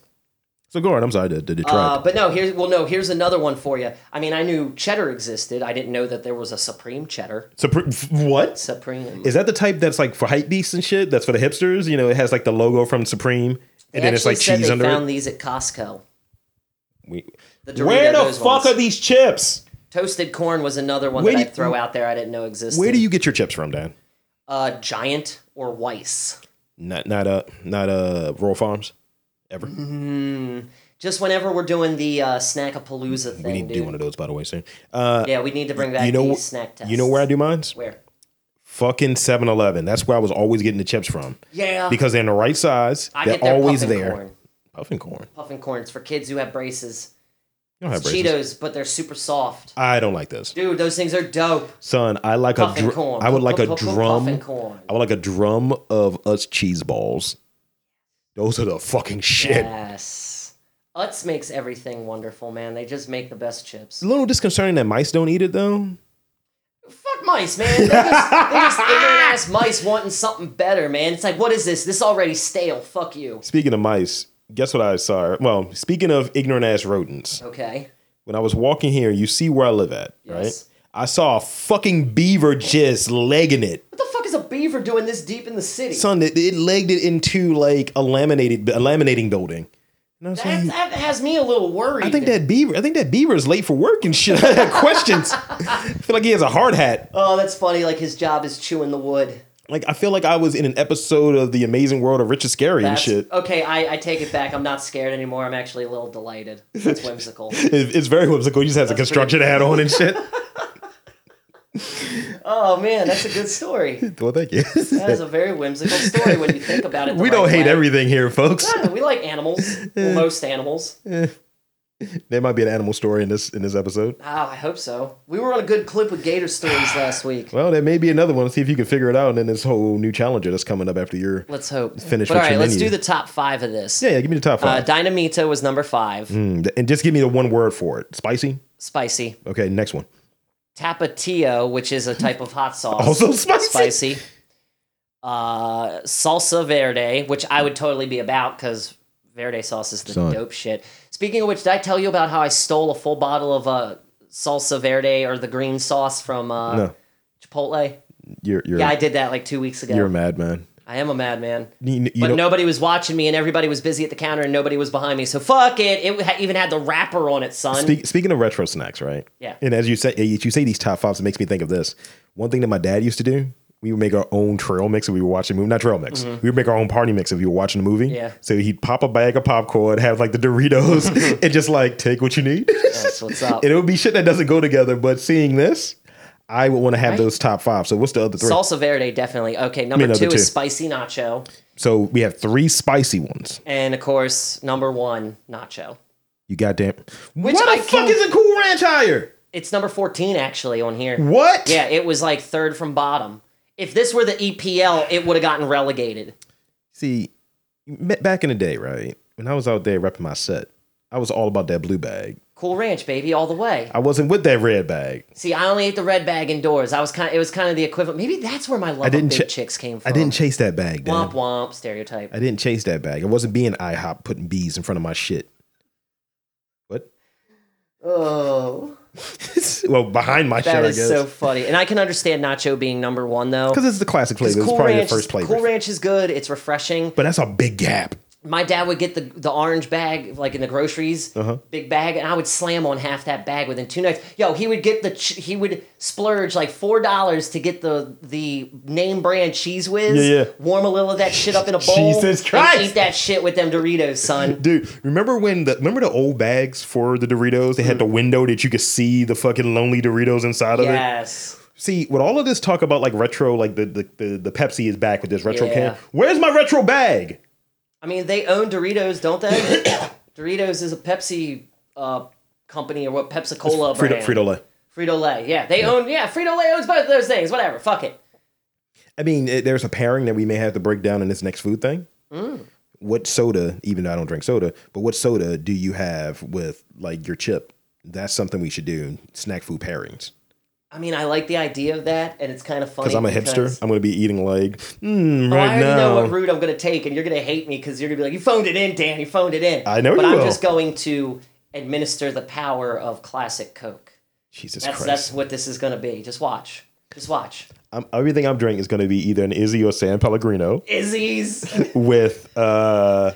[SPEAKER 1] So go on. I'm sorry to, to
[SPEAKER 2] Uh,
[SPEAKER 1] detract.
[SPEAKER 2] but no, here's well, no, here's another one for you. I mean, I knew cheddar existed. I didn't know that there was a supreme cheddar.
[SPEAKER 1] So pr f what?
[SPEAKER 2] Supreme.
[SPEAKER 1] Is that the type that's like for hype beasts and shit? That's for the hipsters. You know, it has like the logo from Supreme, and
[SPEAKER 2] They
[SPEAKER 1] then it's
[SPEAKER 2] actually
[SPEAKER 1] like
[SPEAKER 2] said
[SPEAKER 1] cheese
[SPEAKER 2] they
[SPEAKER 1] under
[SPEAKER 2] found
[SPEAKER 1] it.
[SPEAKER 2] these at Costco.
[SPEAKER 1] We-
[SPEAKER 2] The Dorito,
[SPEAKER 1] where the
[SPEAKER 2] those
[SPEAKER 1] fuck
[SPEAKER 2] ones.
[SPEAKER 1] are these chips?
[SPEAKER 2] Toasted corn was another one
[SPEAKER 1] Where
[SPEAKER 2] that
[SPEAKER 1] do
[SPEAKER 2] I
[SPEAKER 1] you-
[SPEAKER 2] throw out there. I didn't know existed.
[SPEAKER 1] Where do you get your chips from, Dan?
[SPEAKER 2] uh, Giant or Weiss?
[SPEAKER 1] Not not uh not uh Royal Farms. Ever.
[SPEAKER 2] Just whenever we're doing the uh, snackapalooza thing,
[SPEAKER 1] we need to
[SPEAKER 2] dude.
[SPEAKER 1] do one of those by the way soon. Uh,
[SPEAKER 2] yeah, we need to bring back
[SPEAKER 1] you know
[SPEAKER 2] the
[SPEAKER 1] wh-
[SPEAKER 2] snack test.
[SPEAKER 1] you know where I do mines?
[SPEAKER 2] Where?
[SPEAKER 1] Fucking 7-Eleven. That's where I was always getting the chips from
[SPEAKER 2] Yeah,
[SPEAKER 1] because they're in the right size.
[SPEAKER 2] I
[SPEAKER 1] they're
[SPEAKER 2] get their
[SPEAKER 1] always
[SPEAKER 2] puffin
[SPEAKER 1] there.
[SPEAKER 2] Corn.
[SPEAKER 1] Puffin corn.
[SPEAKER 2] Puffin corns for kids who have braces.
[SPEAKER 1] You don't have braces.
[SPEAKER 2] Cheetos, but they're super soft.
[SPEAKER 1] I don't like this,
[SPEAKER 2] Dude, those things are dope.
[SPEAKER 1] son. I like a.
[SPEAKER 2] Puffin
[SPEAKER 1] Dr-
[SPEAKER 2] corn.
[SPEAKER 1] I would like a
[SPEAKER 2] Puffin
[SPEAKER 1] drum.
[SPEAKER 2] corn.
[SPEAKER 1] I would like a drum of us cheese balls. Those are the fucking shit.
[SPEAKER 2] Yes. Utz makes everything wonderful, man. They just make the best chips.
[SPEAKER 1] It's a little disconcerting that mice don't eat it though.
[SPEAKER 2] Fuck mice, man. They just, they just ignorant ass mice wanting something better, man. It's like, what is this? This already stale. Fuck you.
[SPEAKER 1] Speaking of mice, guess what I saw? Well, speaking of ignorant ass rodents,
[SPEAKER 2] Okay.
[SPEAKER 1] when I was walking here, you see where I live at,
[SPEAKER 2] Yes.
[SPEAKER 1] right? I saw a fucking beaver just legging it.
[SPEAKER 2] What the fuck is a beaver doing this deep in the city?
[SPEAKER 1] Son, it, it legged it into like a laminated a laminating building. You know what I'm
[SPEAKER 2] that,
[SPEAKER 1] saying?
[SPEAKER 2] that has me a little worried.
[SPEAKER 1] I think that beaver. I think that beaver is late for work and shit. I had questions. I feel like he has a hard hat. Uh,
[SPEAKER 2] Oh, that's funny. Like his job is chewing the wood.
[SPEAKER 1] Like I feel like I was in an episode of The Amazing World of Richard Scary and
[SPEAKER 2] That's,
[SPEAKER 1] shit.
[SPEAKER 2] Okay, I, I take it back. I'm not scared anymore. I'm actually a little delighted. That's whimsical.
[SPEAKER 1] It- it's very whimsical. He just has a construction hat on and shit.
[SPEAKER 2] oh man, that's a good story.
[SPEAKER 1] well, thank you.
[SPEAKER 2] That is a very whimsical story when you think about it. the
[SPEAKER 1] we don't
[SPEAKER 2] right
[SPEAKER 1] hate
[SPEAKER 2] way.
[SPEAKER 1] everything here, folks.
[SPEAKER 2] Yeah, we like animals. Well, most animals.
[SPEAKER 1] There might be an animal story in this in this episode.
[SPEAKER 2] Ah, I hope so. We were on a good clip with gator stories last week.
[SPEAKER 1] Well, there may be another one. See if you can figure it out. And then this whole new challenger that's coming up after your.
[SPEAKER 2] Let's hope.
[SPEAKER 1] Finish
[SPEAKER 2] but
[SPEAKER 1] with
[SPEAKER 2] all right,
[SPEAKER 1] your
[SPEAKER 2] let's
[SPEAKER 1] menu.
[SPEAKER 2] do the top five of this.
[SPEAKER 1] Yeah, yeah. Give me the top
[SPEAKER 2] Uh,
[SPEAKER 1] five,
[SPEAKER 2] Dynamita was number five.
[SPEAKER 1] Mm, and just give me the one word for it. Spicy.
[SPEAKER 2] Spicy.
[SPEAKER 1] Okay, next one.
[SPEAKER 2] Tapatio, which is a type of hot sauce.
[SPEAKER 1] Also spicy.
[SPEAKER 2] spicy. Uh, salsa verde, which I would totally be about because verde sauce is the
[SPEAKER 1] Son.
[SPEAKER 2] dope shit. Speaking of which, did I tell you about how I stole a full bottle of uh, salsa verde or the green sauce from uh,
[SPEAKER 1] No.
[SPEAKER 2] Chipotle?
[SPEAKER 1] You're you're
[SPEAKER 2] Yeah, I did that like two weeks ago.
[SPEAKER 1] you're a madman.
[SPEAKER 2] I am a madman.
[SPEAKER 1] You, you
[SPEAKER 2] But
[SPEAKER 1] don't-
[SPEAKER 2] nobody was watching me, and everybody was busy at the counter, and nobody was behind me. So fuck it. It ha- even had the wrapper on it, son.
[SPEAKER 1] Speak, speaking of retro snacks, right?
[SPEAKER 2] Yeah.
[SPEAKER 1] And as you say, eh, you say these top fives, it makes me think of this. One thing that my dad used to do, we would make our own trail mix if we were watching a movie. Not trail mix. We would make our own party mix if we were watching a movie.
[SPEAKER 2] Mm-hmm. Yeah.
[SPEAKER 1] So he'd pop a bag of popcorn, have like the Doritos, and just like take what you need.
[SPEAKER 2] That's what's up.
[SPEAKER 1] and it would be shit that doesn't go together. But seeing this, I would want to have those top five. So what's the other three?
[SPEAKER 2] Salsa verde, definitely. Okay, number
[SPEAKER 1] another
[SPEAKER 2] two,
[SPEAKER 1] two.
[SPEAKER 2] is spicy nacho,
[SPEAKER 1] so we have three spicy ones.
[SPEAKER 2] and of course, number one, nacho.
[SPEAKER 1] You goddamn.
[SPEAKER 2] Which
[SPEAKER 1] Why
[SPEAKER 2] I
[SPEAKER 1] the fuck
[SPEAKER 2] can't-
[SPEAKER 1] is a Cool Ranch higher?
[SPEAKER 2] It's number fourteen actually on here.
[SPEAKER 1] What?
[SPEAKER 2] Yeah, it was like third from bottom. If this were the EPL, it would have gotten relegated.
[SPEAKER 1] See, ma- back in the day, right? When I was out there repping my set, I was all about that blue bag.
[SPEAKER 2] Cool Ranch, baby, all the way.
[SPEAKER 1] I wasn't with that red bag.
[SPEAKER 2] See, I only ate the red bag indoors. I was kind. It was kind of the equivalent. Maybe that's where my love
[SPEAKER 1] didn't
[SPEAKER 2] of big
[SPEAKER 1] ch-
[SPEAKER 2] chicks came from.
[SPEAKER 1] I didn't chase that bag, dude.
[SPEAKER 2] womp womp stereotype.
[SPEAKER 1] I didn't chase that bag. I wasn't being IHOP putting bees in front of my shit. What?
[SPEAKER 2] Oh,
[SPEAKER 1] well, behind my shit,
[SPEAKER 2] that
[SPEAKER 1] I
[SPEAKER 2] is
[SPEAKER 1] guess.
[SPEAKER 2] so funny. And I can understand nacho being number one though.
[SPEAKER 1] Because it's the classic flavor. It's
[SPEAKER 2] Cool
[SPEAKER 1] probably
[SPEAKER 2] Ranch,
[SPEAKER 1] the first flavor.
[SPEAKER 2] Cool Ranch is good. It's refreshing.
[SPEAKER 1] But that's a big gap.
[SPEAKER 2] my dad would get the the orange bag like in the groceries,
[SPEAKER 1] Uh-huh.
[SPEAKER 2] big bag, and I would slam on half that bag within two nights. Yo, he would get the ch- he would splurge like four dollars to get the the name brand cheese whiz.
[SPEAKER 1] Yeah, yeah.
[SPEAKER 2] Warm a little of that shit up in a bowl.
[SPEAKER 1] Jesus
[SPEAKER 2] and
[SPEAKER 1] Christ!
[SPEAKER 2] eat that shit with them Doritos, son.
[SPEAKER 1] Dude, remember when the remember the old bags for the Doritos? They had the window that you could see the fucking lonely Doritos inside of it.
[SPEAKER 2] yes.
[SPEAKER 1] See, with all of this talk about like retro, like the the, the, the Pepsi is back with this retro
[SPEAKER 2] Yeah.
[SPEAKER 1] can. Where's my retro bag?
[SPEAKER 2] I mean, they own Doritos, don't they? Doritos is a Pepsi uh, company or what? Pepsi Cola.
[SPEAKER 1] Frito Frito Lay.
[SPEAKER 2] Frito Lay. Yeah, they own. Yeah, Frito Lay owns both of those things. Whatever. Fuck it.
[SPEAKER 1] I mean, it, there's a pairing that we may have to break down in this next food thing.
[SPEAKER 2] Mm.
[SPEAKER 1] What soda? Even though I don't drink soda, but what soda do you have with like your chip? That's something we should do. Snack food pairings.
[SPEAKER 2] I mean, I like the idea of that, and it's kind of funny. Oh,
[SPEAKER 1] Because I'm a hipster. I'm going to be eating leg. Mm,
[SPEAKER 2] I
[SPEAKER 1] right
[SPEAKER 2] already know what
[SPEAKER 1] now.
[SPEAKER 2] route I'm going to take, and you're going to hate me because you're going to be like, "You phoned it in, Dan. You phoned it in."
[SPEAKER 1] I know
[SPEAKER 2] but
[SPEAKER 1] you
[SPEAKER 2] I'm
[SPEAKER 1] will.
[SPEAKER 2] just going to administer the power of classic Coke.
[SPEAKER 1] Jesus
[SPEAKER 2] That's
[SPEAKER 1] Christ.
[SPEAKER 2] that's what this is going to be. Just watch. Just watch.
[SPEAKER 1] I'm, everything I'm drinking is going to be either an Izzy or San Pellegrino
[SPEAKER 2] Izzy's.
[SPEAKER 1] with uh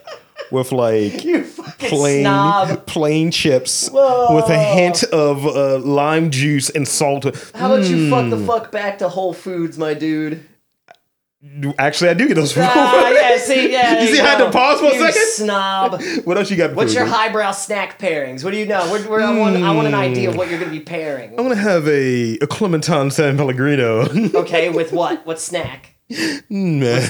[SPEAKER 1] with like
[SPEAKER 2] you fucking
[SPEAKER 1] plain
[SPEAKER 2] snob.
[SPEAKER 1] plain chips with a hint of uh, lime juice and salt.
[SPEAKER 2] How about you fuck
[SPEAKER 1] Hmm.
[SPEAKER 2] the fuck back to Whole Foods, my dude?
[SPEAKER 1] Actually, I do get those. from
[SPEAKER 2] Ah, yeah, see, yeah.
[SPEAKER 1] You see how I had to
[SPEAKER 2] go.
[SPEAKER 1] pause for a
[SPEAKER 2] You
[SPEAKER 1] second?
[SPEAKER 2] Snob.
[SPEAKER 1] What else you got?
[SPEAKER 2] What's
[SPEAKER 1] for
[SPEAKER 2] your
[SPEAKER 1] me?
[SPEAKER 2] highbrow snack pairings? What do you know? We're, we're, I, want, I want an idea of what you're going to be pairing.
[SPEAKER 1] I'm gonna have a, a Clementine San Pellegrino
[SPEAKER 2] Okay, with what? What snack? The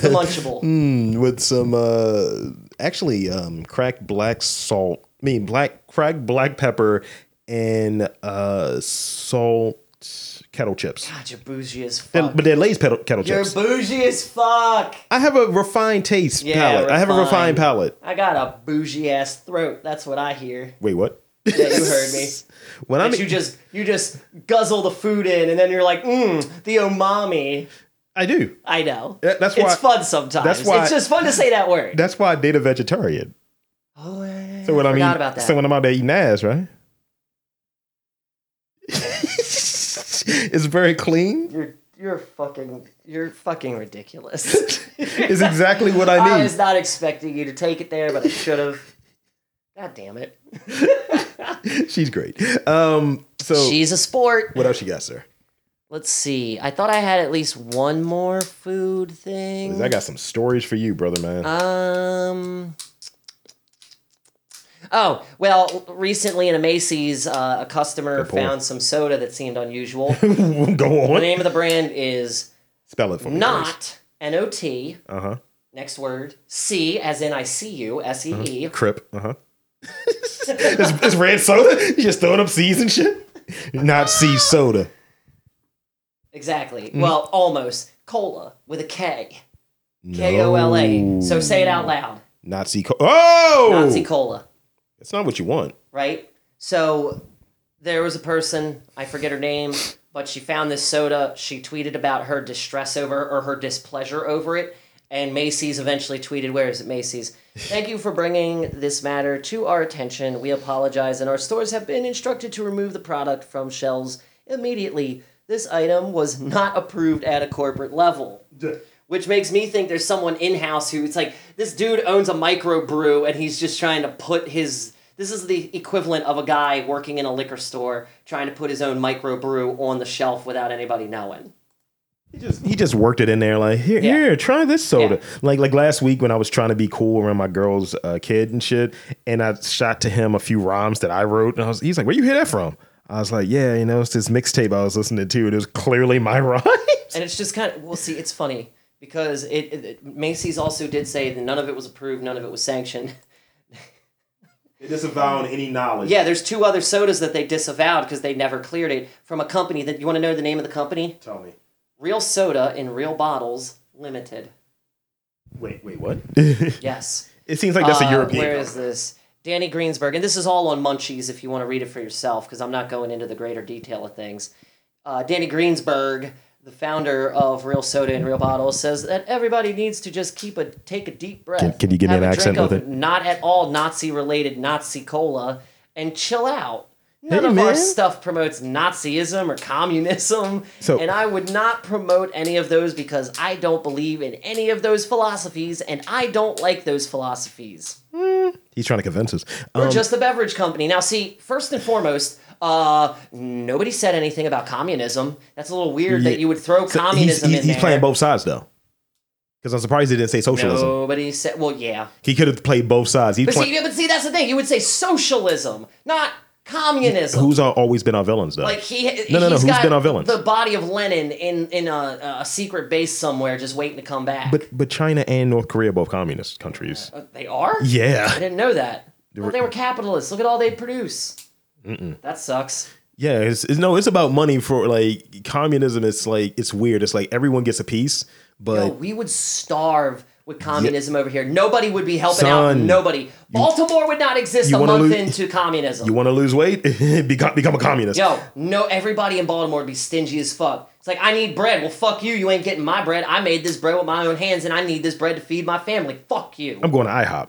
[SPEAKER 2] Lunchable.
[SPEAKER 1] Mm, with some uh, actually um, cracked black salt. I mean black cracked black pepper and uh, salt kettle chips.
[SPEAKER 2] God, you're bougie as fuck.
[SPEAKER 1] And, but they're Lay's kettle, kettle
[SPEAKER 2] Oh. You're
[SPEAKER 1] chips.
[SPEAKER 2] bougie as fuck.
[SPEAKER 1] I have a refined taste
[SPEAKER 2] Yeah,
[SPEAKER 1] palate. I have a refined
[SPEAKER 2] refined.
[SPEAKER 1] palate.
[SPEAKER 2] I got a bougie ass throat. That's what I hear.
[SPEAKER 1] Wait, what?
[SPEAKER 2] Yeah, you heard me.
[SPEAKER 1] When I'm
[SPEAKER 2] That you just you just guzzle the food in, and then you're like, mmm, the umami.
[SPEAKER 1] I do.
[SPEAKER 2] I know.
[SPEAKER 1] Yeah, that's why-
[SPEAKER 2] it's fun sometimes.
[SPEAKER 1] that's why-
[SPEAKER 2] it's just fun to say that word.
[SPEAKER 1] That's why I date a vegetarian.
[SPEAKER 2] oh, yeah.
[SPEAKER 1] So when I mean,
[SPEAKER 2] Forgot about that.
[SPEAKER 1] so when I'm out there eating ass, right? it's very clean.
[SPEAKER 2] you're you're fucking you're fucking ridiculous.
[SPEAKER 1] It's exactly what
[SPEAKER 2] I
[SPEAKER 1] I need.
[SPEAKER 2] was not expecting you to take it there, but I should have. God damn it.
[SPEAKER 1] She's great. Um, so
[SPEAKER 2] She's a sport.
[SPEAKER 1] what else you got, sir?
[SPEAKER 2] Let's see. I thought I had at least one more food thing.
[SPEAKER 1] 'Cause I got some stories for you, brother man.
[SPEAKER 2] Uh, Um. Oh well, recently in a Macy's, uh, a customer
[SPEAKER 1] Good point.
[SPEAKER 2] found some soda that seemed unusual.
[SPEAKER 1] Go
[SPEAKER 2] the
[SPEAKER 1] on.
[SPEAKER 2] name of the brand is
[SPEAKER 1] Spell it for me.
[SPEAKER 2] not N O T.
[SPEAKER 1] Uh huh.
[SPEAKER 2] Next word C, as in I see you. S E E.
[SPEAKER 1] Crip. Uh huh. it's, it's red soda. You just throwing up C's and shit. Not C soda.
[SPEAKER 2] Exactly.
[SPEAKER 1] Mm-hmm.
[SPEAKER 2] Well, almost cola with a K. K O L A. So say it out loud.
[SPEAKER 1] Nazi. Co- oh,
[SPEAKER 2] Nazi cola,
[SPEAKER 1] It's not what you want.
[SPEAKER 2] right? So there was a person, I forget her name, but she found this soda. She tweeted about her distress over or her displeasure over it. And Macy's eventually tweeted, Where is it, Macy's? Thank you for bringing this matter to our attention. We apologize, and our stores have been instructed to remove the product from shelves immediately. This item was not approved at a corporate level. Which makes me think there's someone in house who it's like this dude owns a microbrew and he's just trying to put his this is the equivalent of a guy working in a liquor store trying to put his own microbrew on the shelf without anybody knowing.
[SPEAKER 1] He just, he just worked it in there like here
[SPEAKER 2] Yeah.
[SPEAKER 1] here try this soda
[SPEAKER 2] Yeah.
[SPEAKER 1] like like last week when I was trying to be cool around my girl's uh, kid and shit and I shot to him a few rhymes that I wrote and I was he's like where you hear that from I was like yeah you know it's this mixtape I was listening to it was clearly my rhymes
[SPEAKER 2] And it's just kind of well see it's funny because it, it, it- Macy's also did say that none of it was approved, none of it was sanctioned.
[SPEAKER 1] disavowed any knowledge
[SPEAKER 2] Yeah, there's two other sodas that they disavowed because they never cleared it from a company that you want to know the name of the company?
[SPEAKER 1] tell me
[SPEAKER 2] Real Soda in Real Bottles Limited.
[SPEAKER 1] wait wait what
[SPEAKER 2] Yes.
[SPEAKER 1] it seems like that's a
[SPEAKER 2] Uh,
[SPEAKER 1] European
[SPEAKER 2] Where is this? Danny Greensberg, and this is all on Munchies if you want to read it for yourself, because I'm not going into the greater detail of things. Uh, Danny Greensberg, the founder of Real Soda and Real Bottles, says that everybody needs to just keep a take a deep breath.
[SPEAKER 1] Can- can you give me
[SPEAKER 2] have
[SPEAKER 1] an
[SPEAKER 2] a
[SPEAKER 1] accent
[SPEAKER 2] drink
[SPEAKER 1] with
[SPEAKER 2] of Not at all Nazi related Nazi cola, and chill out. None
[SPEAKER 1] Hey,
[SPEAKER 2] of our
[SPEAKER 1] man.
[SPEAKER 2] stuff promotes Nazism or communism,
[SPEAKER 1] So-
[SPEAKER 2] and I would not promote any of those because I don't believe in any of those philosophies, and I don't like those philosophies.
[SPEAKER 1] He's trying to convince us.
[SPEAKER 2] We're
[SPEAKER 1] Um,
[SPEAKER 2] just a beverage company. Now, see, first and foremost, uh, nobody said anything about communism. That's a little weird
[SPEAKER 1] Yeah.
[SPEAKER 2] that you would
[SPEAKER 1] so
[SPEAKER 2] throw
[SPEAKER 1] he's-
[SPEAKER 2] communism
[SPEAKER 1] he's,
[SPEAKER 2] in
[SPEAKER 1] he's
[SPEAKER 2] there.
[SPEAKER 1] playing both sides though, because I'm surprised he didn't say socialism.
[SPEAKER 2] Nobody said. Well, yeah,
[SPEAKER 1] He could have played both sides. He
[SPEAKER 2] but
[SPEAKER 1] play-
[SPEAKER 2] see, yeah, but see, that's the thing. You would say socialism, not communism.
[SPEAKER 1] who's al- always been our villains though?
[SPEAKER 2] Like he,
[SPEAKER 1] No, no, no,
[SPEAKER 2] he's
[SPEAKER 1] who's
[SPEAKER 2] got
[SPEAKER 1] been our villains?
[SPEAKER 2] The body of Lenin in in a, a secret base somewhere, just waiting to come back.
[SPEAKER 1] but but China and North Korea are both communist countries.
[SPEAKER 2] Uh, they are. I
[SPEAKER 1] Yeah,
[SPEAKER 2] didn't know that. Well, they were capitalists. Look at all they produce. That sucks.
[SPEAKER 1] yeah. It's, it's- no, it's about money for like communism. It's like it's weird. It's like everyone gets a piece,
[SPEAKER 2] Yo,
[SPEAKER 1] but
[SPEAKER 2] we would starve with communism over here. Nobody would be helping out.
[SPEAKER 1] Son.
[SPEAKER 2] Nobody. Baltimore would not exist
[SPEAKER 1] you
[SPEAKER 2] a
[SPEAKER 1] wanna
[SPEAKER 2] month
[SPEAKER 1] loo-
[SPEAKER 2] into communism.
[SPEAKER 1] you want to lose weight, become become a communist.
[SPEAKER 2] Yo, no, everybody in Baltimore would be stingy as fuck. It's like, I need bread. Well, fuck you. You ain't getting my bread. I made this bread with my own hands, and I need this bread to feed my family. Fuck you.
[SPEAKER 1] I'm going to IHOP.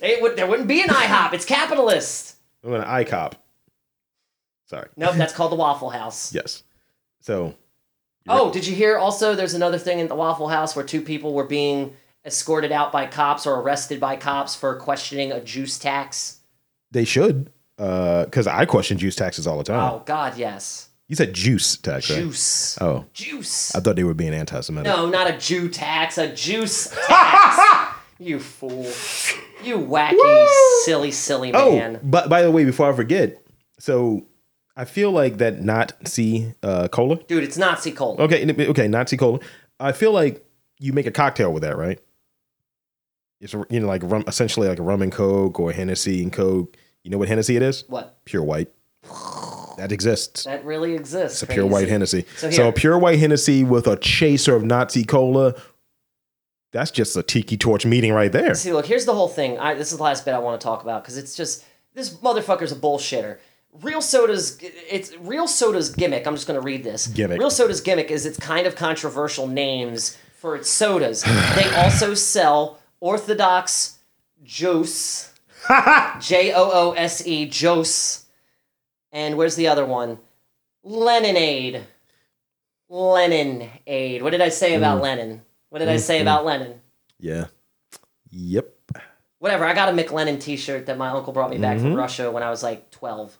[SPEAKER 2] It would, there wouldn't be an IHOP. It's capitalist.
[SPEAKER 1] I'm going to ICOP. Sorry.
[SPEAKER 2] Nope, that's called the Waffle House.
[SPEAKER 1] Yes. So
[SPEAKER 2] Oh, did you hear? Also, there's another thing in the Waffle House where two people were being escorted out by cops or arrested by cops for questioning a juice tax.
[SPEAKER 1] they should, because I question juice taxes all the time.
[SPEAKER 2] Oh God, yes,
[SPEAKER 1] You said juice tax, right?
[SPEAKER 2] juice,
[SPEAKER 1] Oh,
[SPEAKER 2] juice.
[SPEAKER 1] I thought they were being anti-Semitic.
[SPEAKER 2] No, not a Jew tax, a juice tax. you fool. You wacky, silly, silly
[SPEAKER 1] Oh,
[SPEAKER 2] man.
[SPEAKER 1] but by the way, before I forget, so I feel like that Nazi uh, cola.
[SPEAKER 2] Dude, it's Nazi cold.
[SPEAKER 1] Okay, n- okay, Nazi cola. I feel like you make a cocktail with that, right? It's you know like rum, essentially like a rum and coke or Hennessy and coke. You know what Hennessy it is?
[SPEAKER 2] What?
[SPEAKER 1] Pure white. That exists.
[SPEAKER 2] That really exists.
[SPEAKER 1] It's a pure white
[SPEAKER 2] crazy.
[SPEAKER 1] Hennessy. So,
[SPEAKER 2] So
[SPEAKER 1] a
[SPEAKER 2] here-
[SPEAKER 1] pure white Hennessy with a chaser of Nazi cola. That's just a tiki torch meeting right there.
[SPEAKER 2] See, look, here's the whole thing. I, this is the last bit I want to talk about because it's just this motherfucker's a bullshitter. Real soda's it's real soda's gimmick. I'm just gonna read this.
[SPEAKER 1] Gimmick.
[SPEAKER 2] Real soda's gimmick is its kind of controversial names for its sodas. they also sell orthodox Jose, J O O S E Jose, and where's the other one? Leninade. Leninade. What did I say about Lenin? What did I say about Lenin?
[SPEAKER 1] Yeah. Yep.
[SPEAKER 2] whatever. I got a McLennan T-shirt that my uncle brought me back from Russia when I was like twelve.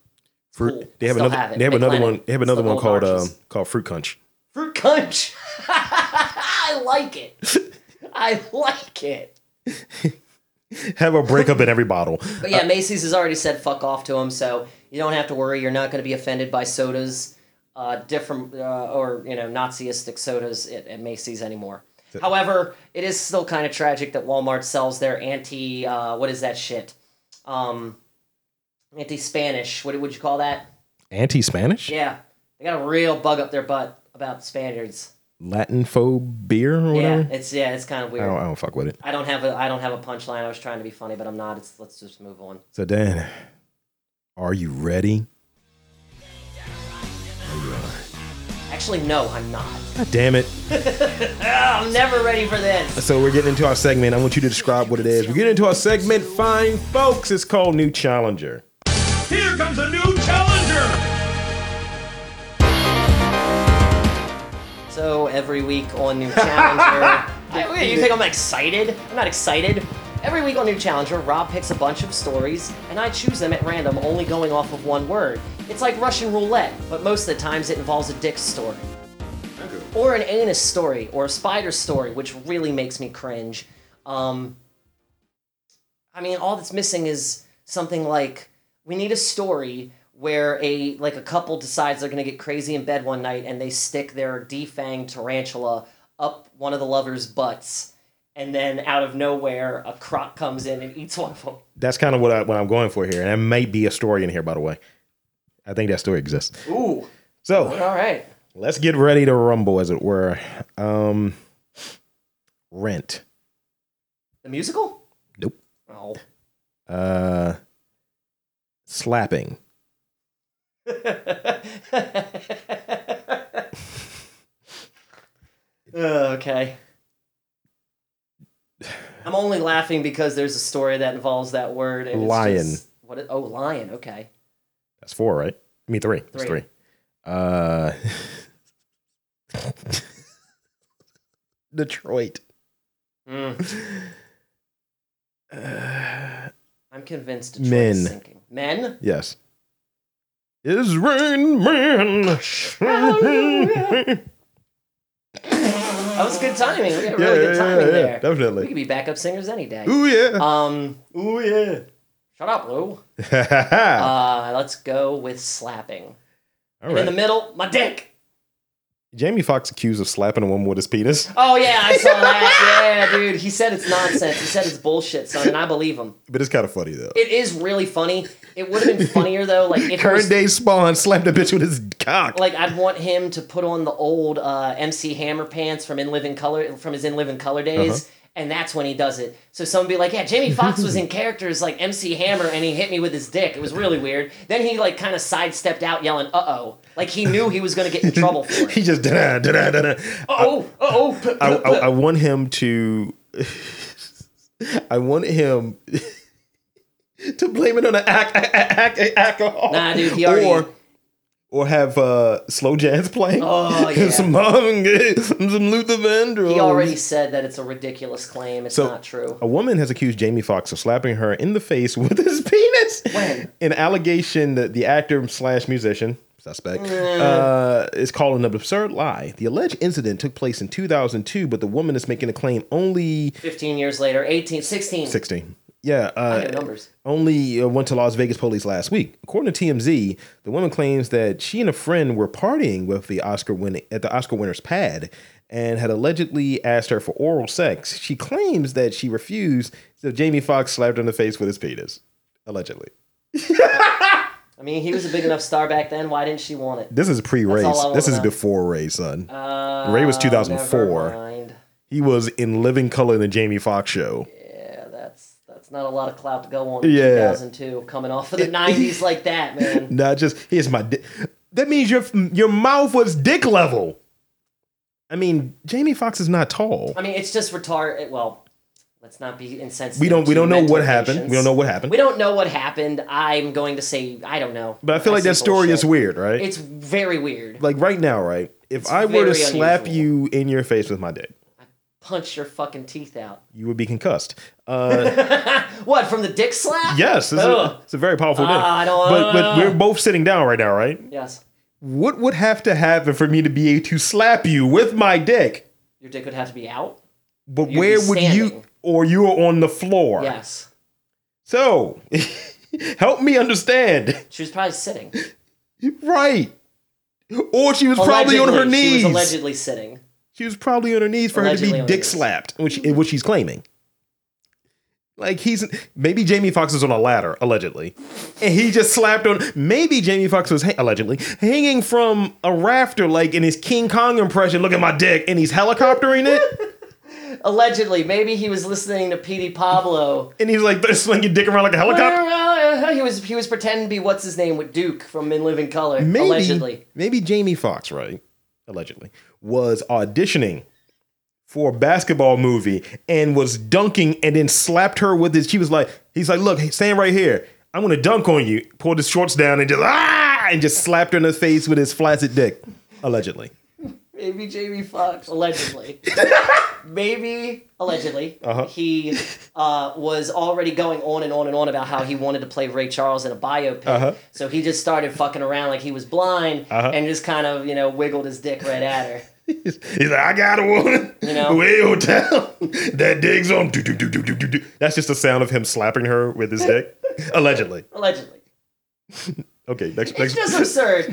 [SPEAKER 1] Fruit.
[SPEAKER 2] Cool.
[SPEAKER 1] They have
[SPEAKER 2] Still
[SPEAKER 1] another.
[SPEAKER 2] have it.
[SPEAKER 1] they have
[SPEAKER 2] Big
[SPEAKER 1] another
[SPEAKER 2] Lennon.
[SPEAKER 1] one. They have
[SPEAKER 2] It's
[SPEAKER 1] another
[SPEAKER 2] the
[SPEAKER 1] one
[SPEAKER 2] gold
[SPEAKER 1] called um,
[SPEAKER 2] arches.
[SPEAKER 1] called fruit conch.
[SPEAKER 2] Fruit Punch. I like it. I like it.
[SPEAKER 1] Have a breakup in every bottle.
[SPEAKER 2] But yeah, Macy's has already said fuck off to him, so you don't have to worry. You're not going to be offended by sodas, uh, different uh, or you know Naziistic sodas at, at Macy's anymore. However, it is still kind of tragic that Walmart sells their anti uh, what is that shit, um, anti Spanish. What would you call that?
[SPEAKER 1] Anti-Spanish.
[SPEAKER 2] Yeah, they got a real bug up their butt about Spaniards.
[SPEAKER 1] Latin phobe beer or whatever.
[SPEAKER 2] Yeah, it's yeah, it's kind of weird.
[SPEAKER 1] I, don't, I don't fuck with it.
[SPEAKER 2] I don't have a I don't have a punchline. I was trying to be funny, but I'm not. It's let's just move on.
[SPEAKER 1] So Dan, are you ready?
[SPEAKER 2] Actually, no, I'm not.
[SPEAKER 1] God damn it.
[SPEAKER 2] I'm never ready for this.
[SPEAKER 1] So we're getting into our segment. I want you to describe what it is. We're getting into our segment. Fine, folks. It's called New Challenger.
[SPEAKER 3] Here comes a new challenger!
[SPEAKER 2] So every week on New Challenger, I, wait, you think I'm excited? I'm not excited. Every week on New Challenger, Rob picks a bunch of stories, and I choose them at random, only going off of one word. It's like Russian roulette, but most of the times it involves a dick story. Or an anus story, or a spider story, which really makes me cringe. Um, I mean, all that's missing is something like we need a story where a like a couple decides they're going to get crazy in bed one night and they stick their defanged tarantula up one of the lovers' butts, and then out of nowhere a croc comes in and eats one of them.
[SPEAKER 1] That's kind of what I what I'm going for here, and there might be a story in here, by the way. I think that story exists.
[SPEAKER 2] Ooh!
[SPEAKER 1] So
[SPEAKER 2] All right.
[SPEAKER 1] let's get ready to rumble, as it were. Um, rent.
[SPEAKER 2] The musical?
[SPEAKER 1] Nope.
[SPEAKER 2] Oh.
[SPEAKER 1] Uh, slapping.
[SPEAKER 2] Oh, okay. I'm only laughing because there's a story that involves that word. And it's
[SPEAKER 1] Lion.
[SPEAKER 2] just- What? Is, oh, lion. Okay.
[SPEAKER 1] That's four, right? I mean three. That's
[SPEAKER 2] Three.
[SPEAKER 1] three. Uh Detroit.
[SPEAKER 2] Hmm. I'm convinced. Detroit
[SPEAKER 1] Men.
[SPEAKER 2] Is sinking. Men.
[SPEAKER 1] Yes. Is Rain Man.
[SPEAKER 2] That was good timing.
[SPEAKER 1] Yeah,
[SPEAKER 2] We had a really
[SPEAKER 1] yeah,
[SPEAKER 2] good
[SPEAKER 1] yeah,
[SPEAKER 2] timing
[SPEAKER 1] yeah,
[SPEAKER 2] there.
[SPEAKER 1] definitely.
[SPEAKER 2] We could be backup singers any day.
[SPEAKER 1] Ooh yeah.
[SPEAKER 2] Um.
[SPEAKER 1] Ooh yeah.
[SPEAKER 2] Shut up, Lou. Uh, let's go with slapping.
[SPEAKER 1] Oh. All
[SPEAKER 2] And
[SPEAKER 1] right.
[SPEAKER 2] in the middle, my dick.
[SPEAKER 1] Jamie Foxx accused of slapping a woman with his penis,
[SPEAKER 2] Oh yeah, I saw that. yeah, dude. He said it's nonsense. He said it's bullshit, son, and I believe him.
[SPEAKER 1] but it's kind of funny though.
[SPEAKER 2] It is really funny. It would have been funnier though. Like if it
[SPEAKER 1] Current
[SPEAKER 2] was,
[SPEAKER 1] day Spawn slapped a bitch with his cock.
[SPEAKER 2] like I'd want him to put on the old uh, MC Hammer pants from In Living Color from his In Living Color
[SPEAKER 1] Uh-huh.
[SPEAKER 2] days. And that's when he does it. So someone be like, "Yeah, Jamie Foxx was in characters like MC Hammer, and he hit me with his dick. It was really weird." Then he like kind of sidestepped out, yelling, "Uh oh!" Like he knew he was gonna get in trouble for it.
[SPEAKER 1] he just da da da da.
[SPEAKER 2] Oh, oh,
[SPEAKER 1] I, I, I want him to. I want him to blame it on the ac- ac- ac- alcohol.
[SPEAKER 2] Nah, dude, he already-
[SPEAKER 1] Or, or have uh, slow jazz playing.
[SPEAKER 2] Oh, yeah.
[SPEAKER 1] some Marvin Gaye, some Luther Vandross.
[SPEAKER 2] He already said that it's a ridiculous claim. It's
[SPEAKER 1] So-
[SPEAKER 2] not true.
[SPEAKER 1] A woman has accused Jamie Foxx of slapping her in the face with his penis.
[SPEAKER 2] When?
[SPEAKER 1] An allegation that the actor slash musician suspect uh, is calling an absurd lie. The alleged incident took place in 2002, but the woman is making a claim only
[SPEAKER 2] 15 years later, 18, 16.
[SPEAKER 1] 16. Yeah,
[SPEAKER 2] I know
[SPEAKER 1] uh,
[SPEAKER 2] numbers.
[SPEAKER 1] only uh, went to Las Vegas police last week. According to TMZ, the woman claims that she and a friend were partying with the Oscar win- at the Oscar winner's pad and had allegedly asked her for oral sex. She claims that she refused, so Jamie Foxx slapped her in the face with his penis. Allegedly.
[SPEAKER 2] I mean, he was a big enough star back then. Why didn't she want it?
[SPEAKER 1] This is pre-race.
[SPEAKER 2] all I wanna
[SPEAKER 1] This is
[SPEAKER 2] know.
[SPEAKER 1] before Ray, son.
[SPEAKER 2] Uh,
[SPEAKER 1] Ray was 2004.
[SPEAKER 2] never mind.
[SPEAKER 1] he was in living color in the Jamie Foxx show.
[SPEAKER 2] Yeah, that's that's not a lot of clout to go on in
[SPEAKER 1] Yeah.
[SPEAKER 2] 2002 coming off of the 90s like that, man.
[SPEAKER 1] Not just here's my dick. That means your your mouth was dick level. I mean, Jamie Foxx is not tall.
[SPEAKER 2] I mean, it's just retarded. Well, let's not be insensitive.
[SPEAKER 1] We don't we
[SPEAKER 2] to
[SPEAKER 1] don't know
[SPEAKER 2] mental
[SPEAKER 1] what happened.
[SPEAKER 2] patients.
[SPEAKER 1] We don't know what happened.
[SPEAKER 2] We don't know what happened. I'm going to say I don't know.
[SPEAKER 1] but I feel like
[SPEAKER 2] say
[SPEAKER 1] that story is
[SPEAKER 2] bullshit.
[SPEAKER 1] weird, right?
[SPEAKER 2] It's very weird.
[SPEAKER 1] like right now, right? If I were to
[SPEAKER 2] very
[SPEAKER 1] slap
[SPEAKER 2] unusual.
[SPEAKER 1] you in your face with my dick,
[SPEAKER 2] Punch your fucking teeth out.
[SPEAKER 1] you would be concussed. Uh,
[SPEAKER 2] What from the dick slap?
[SPEAKER 1] yes, it's
[SPEAKER 2] Ugh. Ah,
[SPEAKER 1] a, it's a very powerful dick.
[SPEAKER 2] I don't-
[SPEAKER 1] but but we're both sitting down right now, right?
[SPEAKER 2] Yes.
[SPEAKER 1] What would have to happen for me to be able to slap you with my dick?
[SPEAKER 2] Your dick would have to be out.
[SPEAKER 1] But
[SPEAKER 2] be
[SPEAKER 1] where would you?
[SPEAKER 2] standing.
[SPEAKER 1] Or you are on the floor.
[SPEAKER 2] Yes.
[SPEAKER 1] So, help me understand.
[SPEAKER 2] She was probably sitting.
[SPEAKER 1] Right. Or she was probably on her
[SPEAKER 2] Allegedly,
[SPEAKER 1] knees.
[SPEAKER 2] She was allegedly sitting.
[SPEAKER 1] She was probably on her knees for
[SPEAKER 2] Allegedly
[SPEAKER 1] her to
[SPEAKER 2] on her
[SPEAKER 1] be dick
[SPEAKER 2] knees.
[SPEAKER 1] slapped, which which she's claiming. Like he's maybe Jamie Foxx is on a ladder allegedly, and he just slapped on. Maybe Jamie Foxx was ha- allegedly hanging from a rafter, like in his King Kong impression. Look at my dick, and he's helicoptering it,
[SPEAKER 2] Allegedly, maybe he was listening to Petey Pablo.
[SPEAKER 1] and he's like slinging dick around like a helicopter.
[SPEAKER 2] he was he was pretending to be what's his name with Duke from In Living Color.
[SPEAKER 1] Maybe,
[SPEAKER 2] Allegedly,
[SPEAKER 1] maybe Jamie Foxx, right? Allegedly was auditioning for a basketball movie and was dunking and then slapped her with his. She was like, he's like, look, stand right here. I'm gonna dunk on you. Pulled his shorts down and just ah, and just slapped her in the face with his flaccid dick. Allegedly,
[SPEAKER 2] maybe Jamie Foxx. Allegedly, maybe allegedly
[SPEAKER 1] Uh-huh.
[SPEAKER 2] he uh, was already going on and on and on about how he wanted to play Ray Charles in a biopic.
[SPEAKER 1] Uh-huh.
[SPEAKER 2] So he just started fucking around like he was blind and just kind of you know wiggled his dick right at her.
[SPEAKER 1] he's like, I got a woman. You
[SPEAKER 2] know?
[SPEAKER 1] way old town that digs on. Do, do, do, do, do, do, do. That's just the sound of him slapping her with his dick. Allegedly.
[SPEAKER 2] Allegedly.
[SPEAKER 1] Okay, next.
[SPEAKER 2] It's
[SPEAKER 1] next.
[SPEAKER 2] just absurd.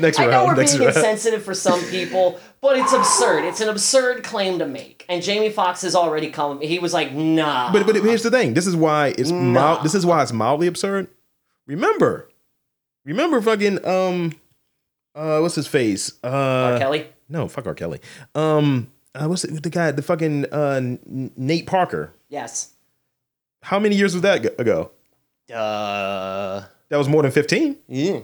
[SPEAKER 1] Next
[SPEAKER 2] I know
[SPEAKER 1] round,
[SPEAKER 2] we're
[SPEAKER 1] next
[SPEAKER 2] being
[SPEAKER 1] round.
[SPEAKER 2] insensitive for some people, but it's absurd. It's an absurd claim to make. And Jamie Foxx has already come. He was like, nah.
[SPEAKER 1] But but here's the thing. This is why it's mild, this is why it's mildly absurd. Remember, remember fucking um, uh, what's his face? Uh,
[SPEAKER 2] Kelly.
[SPEAKER 1] no, fuck R. Kelly. Um, uh, what's the, the guy? The fucking uh, N- Nate Parker.
[SPEAKER 2] Yes.
[SPEAKER 1] How many years was that go- ago?
[SPEAKER 2] Duh.
[SPEAKER 1] That was more than fifteen.
[SPEAKER 2] Uh, Yeah.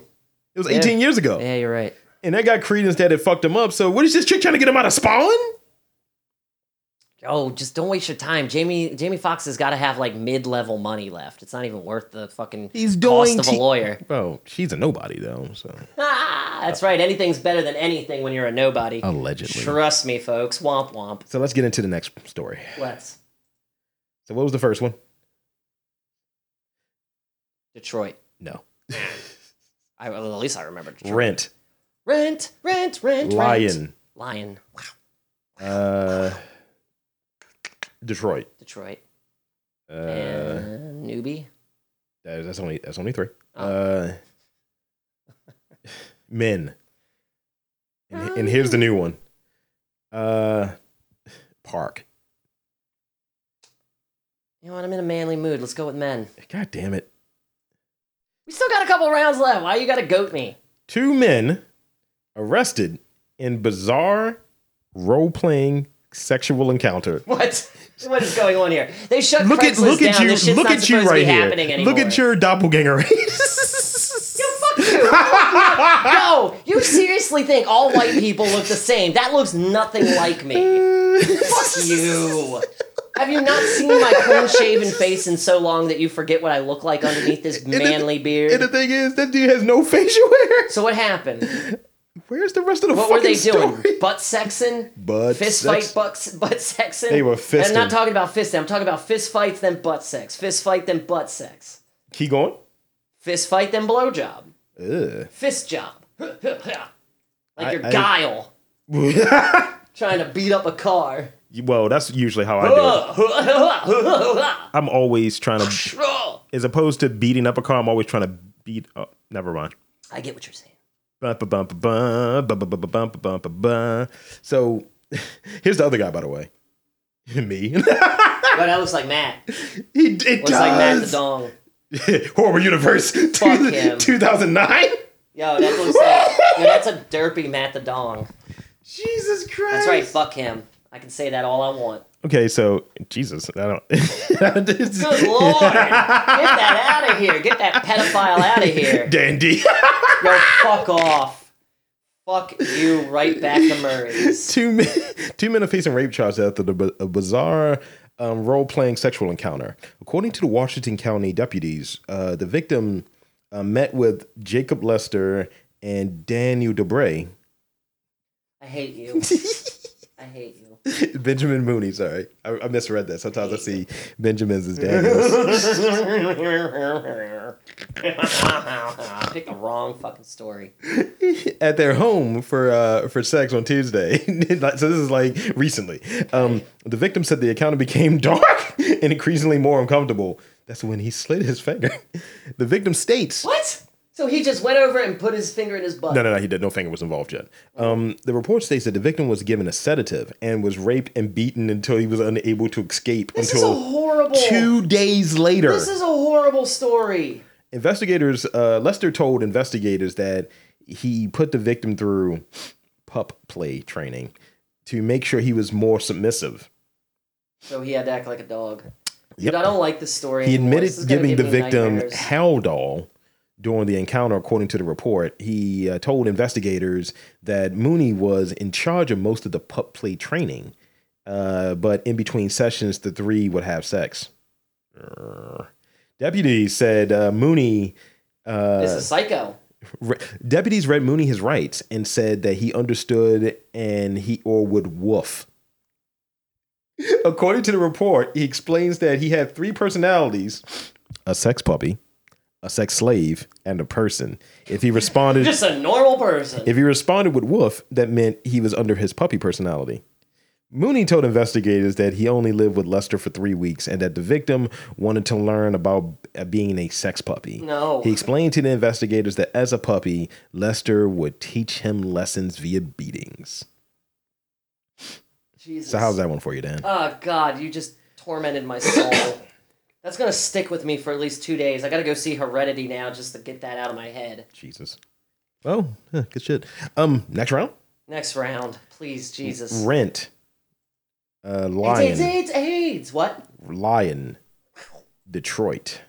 [SPEAKER 1] It was eighteen years ago,
[SPEAKER 2] Yeah, you're right.
[SPEAKER 1] and that guy credence that had fucked him up. So what is this chick trying to get him out of spawn?
[SPEAKER 2] oh, just don't waste your time. Jamie Jamie Fox has got to have like mid level money left. It's not even worth the fucking
[SPEAKER 1] He's
[SPEAKER 2] cost
[SPEAKER 1] going
[SPEAKER 2] of
[SPEAKER 1] to-
[SPEAKER 2] a lawyer.
[SPEAKER 1] Well, she's a nobody though, so
[SPEAKER 2] Ah, that's right. Anything's better than anything when you're a nobody.
[SPEAKER 1] Oh, allegedly.
[SPEAKER 2] Trust me, folks. Womp womp.
[SPEAKER 1] So let's get into the next story.
[SPEAKER 2] Let's
[SPEAKER 1] So what was the first one?
[SPEAKER 2] Detroit.
[SPEAKER 1] No.
[SPEAKER 2] I, well, at least I remember Detroit.
[SPEAKER 1] Rent.
[SPEAKER 2] Rent, rent, rent, rent.
[SPEAKER 1] Lion.
[SPEAKER 2] Lion. Wow.
[SPEAKER 1] Uh Detroit.
[SPEAKER 2] Detroit.
[SPEAKER 1] Uh
[SPEAKER 2] and newbie.
[SPEAKER 1] that- that's only that's only three.
[SPEAKER 2] Oh.
[SPEAKER 1] Uh Men. And, and here's the new
[SPEAKER 2] Ah.
[SPEAKER 1] one. Uh Park.
[SPEAKER 2] You know what? I'm in a manly mood. Let's go with men.
[SPEAKER 1] God damn it.
[SPEAKER 2] We still got a couple rounds left. Why you gotta goat me?
[SPEAKER 1] two men arrested in bizarre role playing sexual encounter.
[SPEAKER 2] What? What is going on here? They shut
[SPEAKER 1] Look
[SPEAKER 2] Craigslist
[SPEAKER 1] at look
[SPEAKER 2] down.
[SPEAKER 1] at you
[SPEAKER 2] This shit's
[SPEAKER 1] look
[SPEAKER 2] not
[SPEAKER 1] at you
[SPEAKER 2] supposed to be
[SPEAKER 1] right here.
[SPEAKER 2] happening anymore.
[SPEAKER 1] Look at your doppelganger.
[SPEAKER 2] Fuck you. no, you seriously think all white people look the same? That looks nothing like me. Fuck you. Have you not seen my clean-shaven face in so long that you forget what I look like underneath this manly
[SPEAKER 1] and the
[SPEAKER 2] beard?
[SPEAKER 1] thing is, that dude has no facial hair.
[SPEAKER 2] So what happened?
[SPEAKER 1] Where's the rest of the
[SPEAKER 2] What
[SPEAKER 1] fucking
[SPEAKER 2] were they doing?
[SPEAKER 1] story?
[SPEAKER 2] Butt sexing?
[SPEAKER 1] Butt
[SPEAKER 2] fist
[SPEAKER 1] sex-
[SPEAKER 2] fight, butt, butt sexing?
[SPEAKER 1] They were
[SPEAKER 2] And I'm
[SPEAKER 1] fisting.
[SPEAKER 2] not talking about fisting. I'm talking about fist fights, then butt sex. Fist fight, then butt sex.
[SPEAKER 1] Keep going.
[SPEAKER 2] Fist fight, then blowjob.
[SPEAKER 1] Ugh.
[SPEAKER 2] Fist job. like
[SPEAKER 1] I-
[SPEAKER 2] your
[SPEAKER 1] I-
[SPEAKER 2] guile trying to beat up a car.
[SPEAKER 1] well, that's usually how I do it. I'm always trying to,
[SPEAKER 2] I
[SPEAKER 1] as opposed to beating up a car, I'm always trying to beat up. Never mind.
[SPEAKER 2] get what you're saying.
[SPEAKER 1] Bum, ba, bum, ba, bum, bum, ba, ba, ba, bum, ba, bum, ba, bum. So here's the other guy, by the way. Me.
[SPEAKER 2] But that looks like Matt. Looks
[SPEAKER 1] he d- it
[SPEAKER 2] like Matt the
[SPEAKER 1] does.
[SPEAKER 2] dong.
[SPEAKER 1] Horrible Universe.
[SPEAKER 2] Fuck him.
[SPEAKER 1] 2009.
[SPEAKER 2] Yo, that looks like yo, that's a derpy Matt the dong.
[SPEAKER 1] Jesus Christ.
[SPEAKER 2] That's right. Fuck him. I can say that all I want.
[SPEAKER 1] Okay, so Jesus, I don't. This
[SPEAKER 2] Good
[SPEAKER 1] is-
[SPEAKER 2] lord! Get that out of here. Get that pedophile out of here.
[SPEAKER 1] Dandy.
[SPEAKER 2] Yo, fuck off. Fuck you right back to Murray's.
[SPEAKER 1] two men, two men are facing rape charges after the, bi- a bizarre um, role-playing sexual encounter. According to the Washington County deputies, uh, the victim uh, met with Jacob Lester and Daniel Debray,
[SPEAKER 2] I hate you. I hate you.
[SPEAKER 1] Benjamin Mooney. Sorry, I, I misread that. Sometimes I see Benjamin's as Daniels.
[SPEAKER 2] I picked the wrong fucking story.
[SPEAKER 1] at their home for uh, for sex on Tuesday. Like, so this is like recently. Um, the victim said the encounter became dark and increasingly more uncomfortable. That's when he slid his finger. The victim states.
[SPEAKER 2] What? So he just went over and put his finger in his butt.
[SPEAKER 1] No, no, no. He did. No finger was involved yet. Um, the report states that the victim was given a sedative and was raped and beaten until he was unable to escape.
[SPEAKER 2] this is a
[SPEAKER 1] until
[SPEAKER 2] horrible.
[SPEAKER 1] two days later.
[SPEAKER 2] This is a horrible story.
[SPEAKER 1] investigators uh, lester told investigators that he put the victim through pup play training to make sure he was more submissive
[SPEAKER 2] So he had to act like a dog.
[SPEAKER 1] Yep.
[SPEAKER 2] Dude, I don't like this story.
[SPEAKER 1] he
[SPEAKER 2] anymore.
[SPEAKER 1] admitted
[SPEAKER 2] This is gonna
[SPEAKER 1] giving
[SPEAKER 2] give
[SPEAKER 1] the
[SPEAKER 2] me
[SPEAKER 1] victim
[SPEAKER 2] nightmares.
[SPEAKER 1] haldol during the encounter according to the report he uh, told investigators that mooney was in charge of most of the pup play training uh, but in between sessions the three would have sex Err. deputies said uh, mooney uh,
[SPEAKER 2] This is psycho.
[SPEAKER 1] Re- deputies read Mooney his rights and said that he understood and he or would woof. According to the report, he explains that he had three personalities: a sex puppy, a sex slave, and a person. If he responded,
[SPEAKER 2] Just a normal person.
[SPEAKER 1] if he responded with woof, that meant he was under his puppy personality. Mooney told investigators that he only lived with Lester for three weeks and that the victim wanted to learn about uh, being a sex puppy.
[SPEAKER 2] No.
[SPEAKER 1] He explained to the investigators that as a puppy, Lester would teach him lessons via beatings.
[SPEAKER 2] Jesus.
[SPEAKER 1] So, how's that one for you, Dan?
[SPEAKER 2] Oh God, you just tormented my soul. That's gonna stick with me for at least two days. I gotta go see Heredity now just to get that out of my head.
[SPEAKER 1] Jesus. Oh, huh, good shit. Um, next round
[SPEAKER 2] Next round, please, Jesus.
[SPEAKER 1] Rent. Uh,
[SPEAKER 2] AIDS, AIDS,
[SPEAKER 1] Lion.
[SPEAKER 2] AIDS, AIDS. What?
[SPEAKER 1] Lion. Detroit.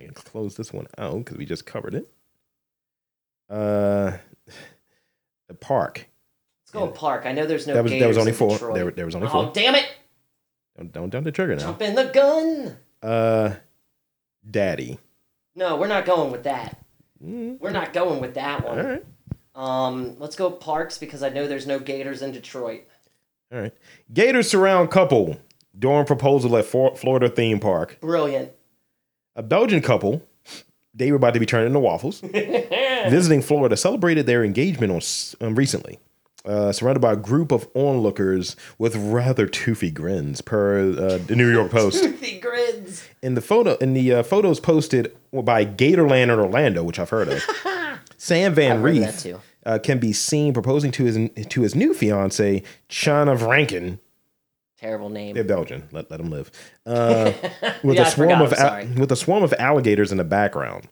[SPEAKER 1] I can close this one out because we just covered it. Uh, the park.
[SPEAKER 2] Let's go Park. I know there's no.
[SPEAKER 1] That was- that was
[SPEAKER 2] Gators
[SPEAKER 1] only
[SPEAKER 2] in
[SPEAKER 1] four.
[SPEAKER 2] Detroit.
[SPEAKER 1] There were- there was only
[SPEAKER 2] Oh
[SPEAKER 1] four.
[SPEAKER 2] damn it!
[SPEAKER 1] Don't don't dump the trigger now.
[SPEAKER 2] Jump in the gun.
[SPEAKER 1] Uh, daddy.
[SPEAKER 2] No, we're not going with that. We're not going with that
[SPEAKER 1] Mm-hmm. All
[SPEAKER 2] one.
[SPEAKER 1] right,
[SPEAKER 2] Um, let's go parks because I know there's no Gators in Detroit.
[SPEAKER 1] all right. Gators surround couple during proposal at Flor- Florida theme park.
[SPEAKER 2] Brilliant.
[SPEAKER 1] A Belgian couple, they were about to be turned into waffles, visiting Florida, celebrated their engagement on s- um, recently. Uh, surrounded by a group of onlookers with rather toothy grins, per uh, the New York Post.
[SPEAKER 2] Toothy grins.
[SPEAKER 1] in the photo in the uh, photos posted by Gatorland in Orlando, which I've heard of, Sam Van
[SPEAKER 2] I've heard of
[SPEAKER 1] Reef
[SPEAKER 2] that too.
[SPEAKER 1] uh, can be seen proposing to his to his new fiance Chana Vranken.
[SPEAKER 2] Terrible name.
[SPEAKER 1] They're Belgian. Let, let them live. Uh, with
[SPEAKER 2] Yeah,
[SPEAKER 1] a
[SPEAKER 2] I
[SPEAKER 1] swarm
[SPEAKER 2] forgot,
[SPEAKER 1] of
[SPEAKER 2] I'm sorry.
[SPEAKER 1] al- with a swarm of alligators in the background.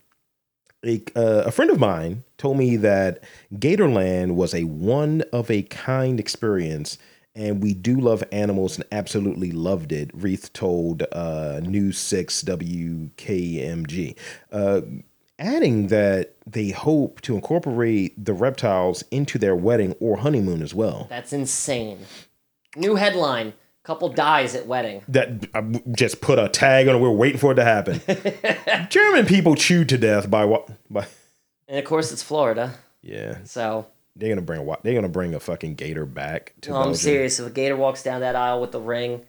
[SPEAKER 1] A, uh, a friend of mine told me that Gatorland was a one of a kind experience, and we do love animals and absolutely loved it. Reith told uh, News Six WKMG, uh, adding that they hope to incorporate the reptiles into their wedding or honeymoon as well.
[SPEAKER 2] That's insane. New headline. Couple dies at wedding.
[SPEAKER 1] that I w- just put a tag on it. We're waiting for it to happen. German people chewed to death by what? By
[SPEAKER 2] And of course it's Florida.
[SPEAKER 1] yeah,
[SPEAKER 2] So
[SPEAKER 1] they're gonna bring wa- they're gonna bring a fucking gator back to.
[SPEAKER 2] no, I'm
[SPEAKER 1] Belgium.
[SPEAKER 2] serious. If a gator walks down that aisle with the ring,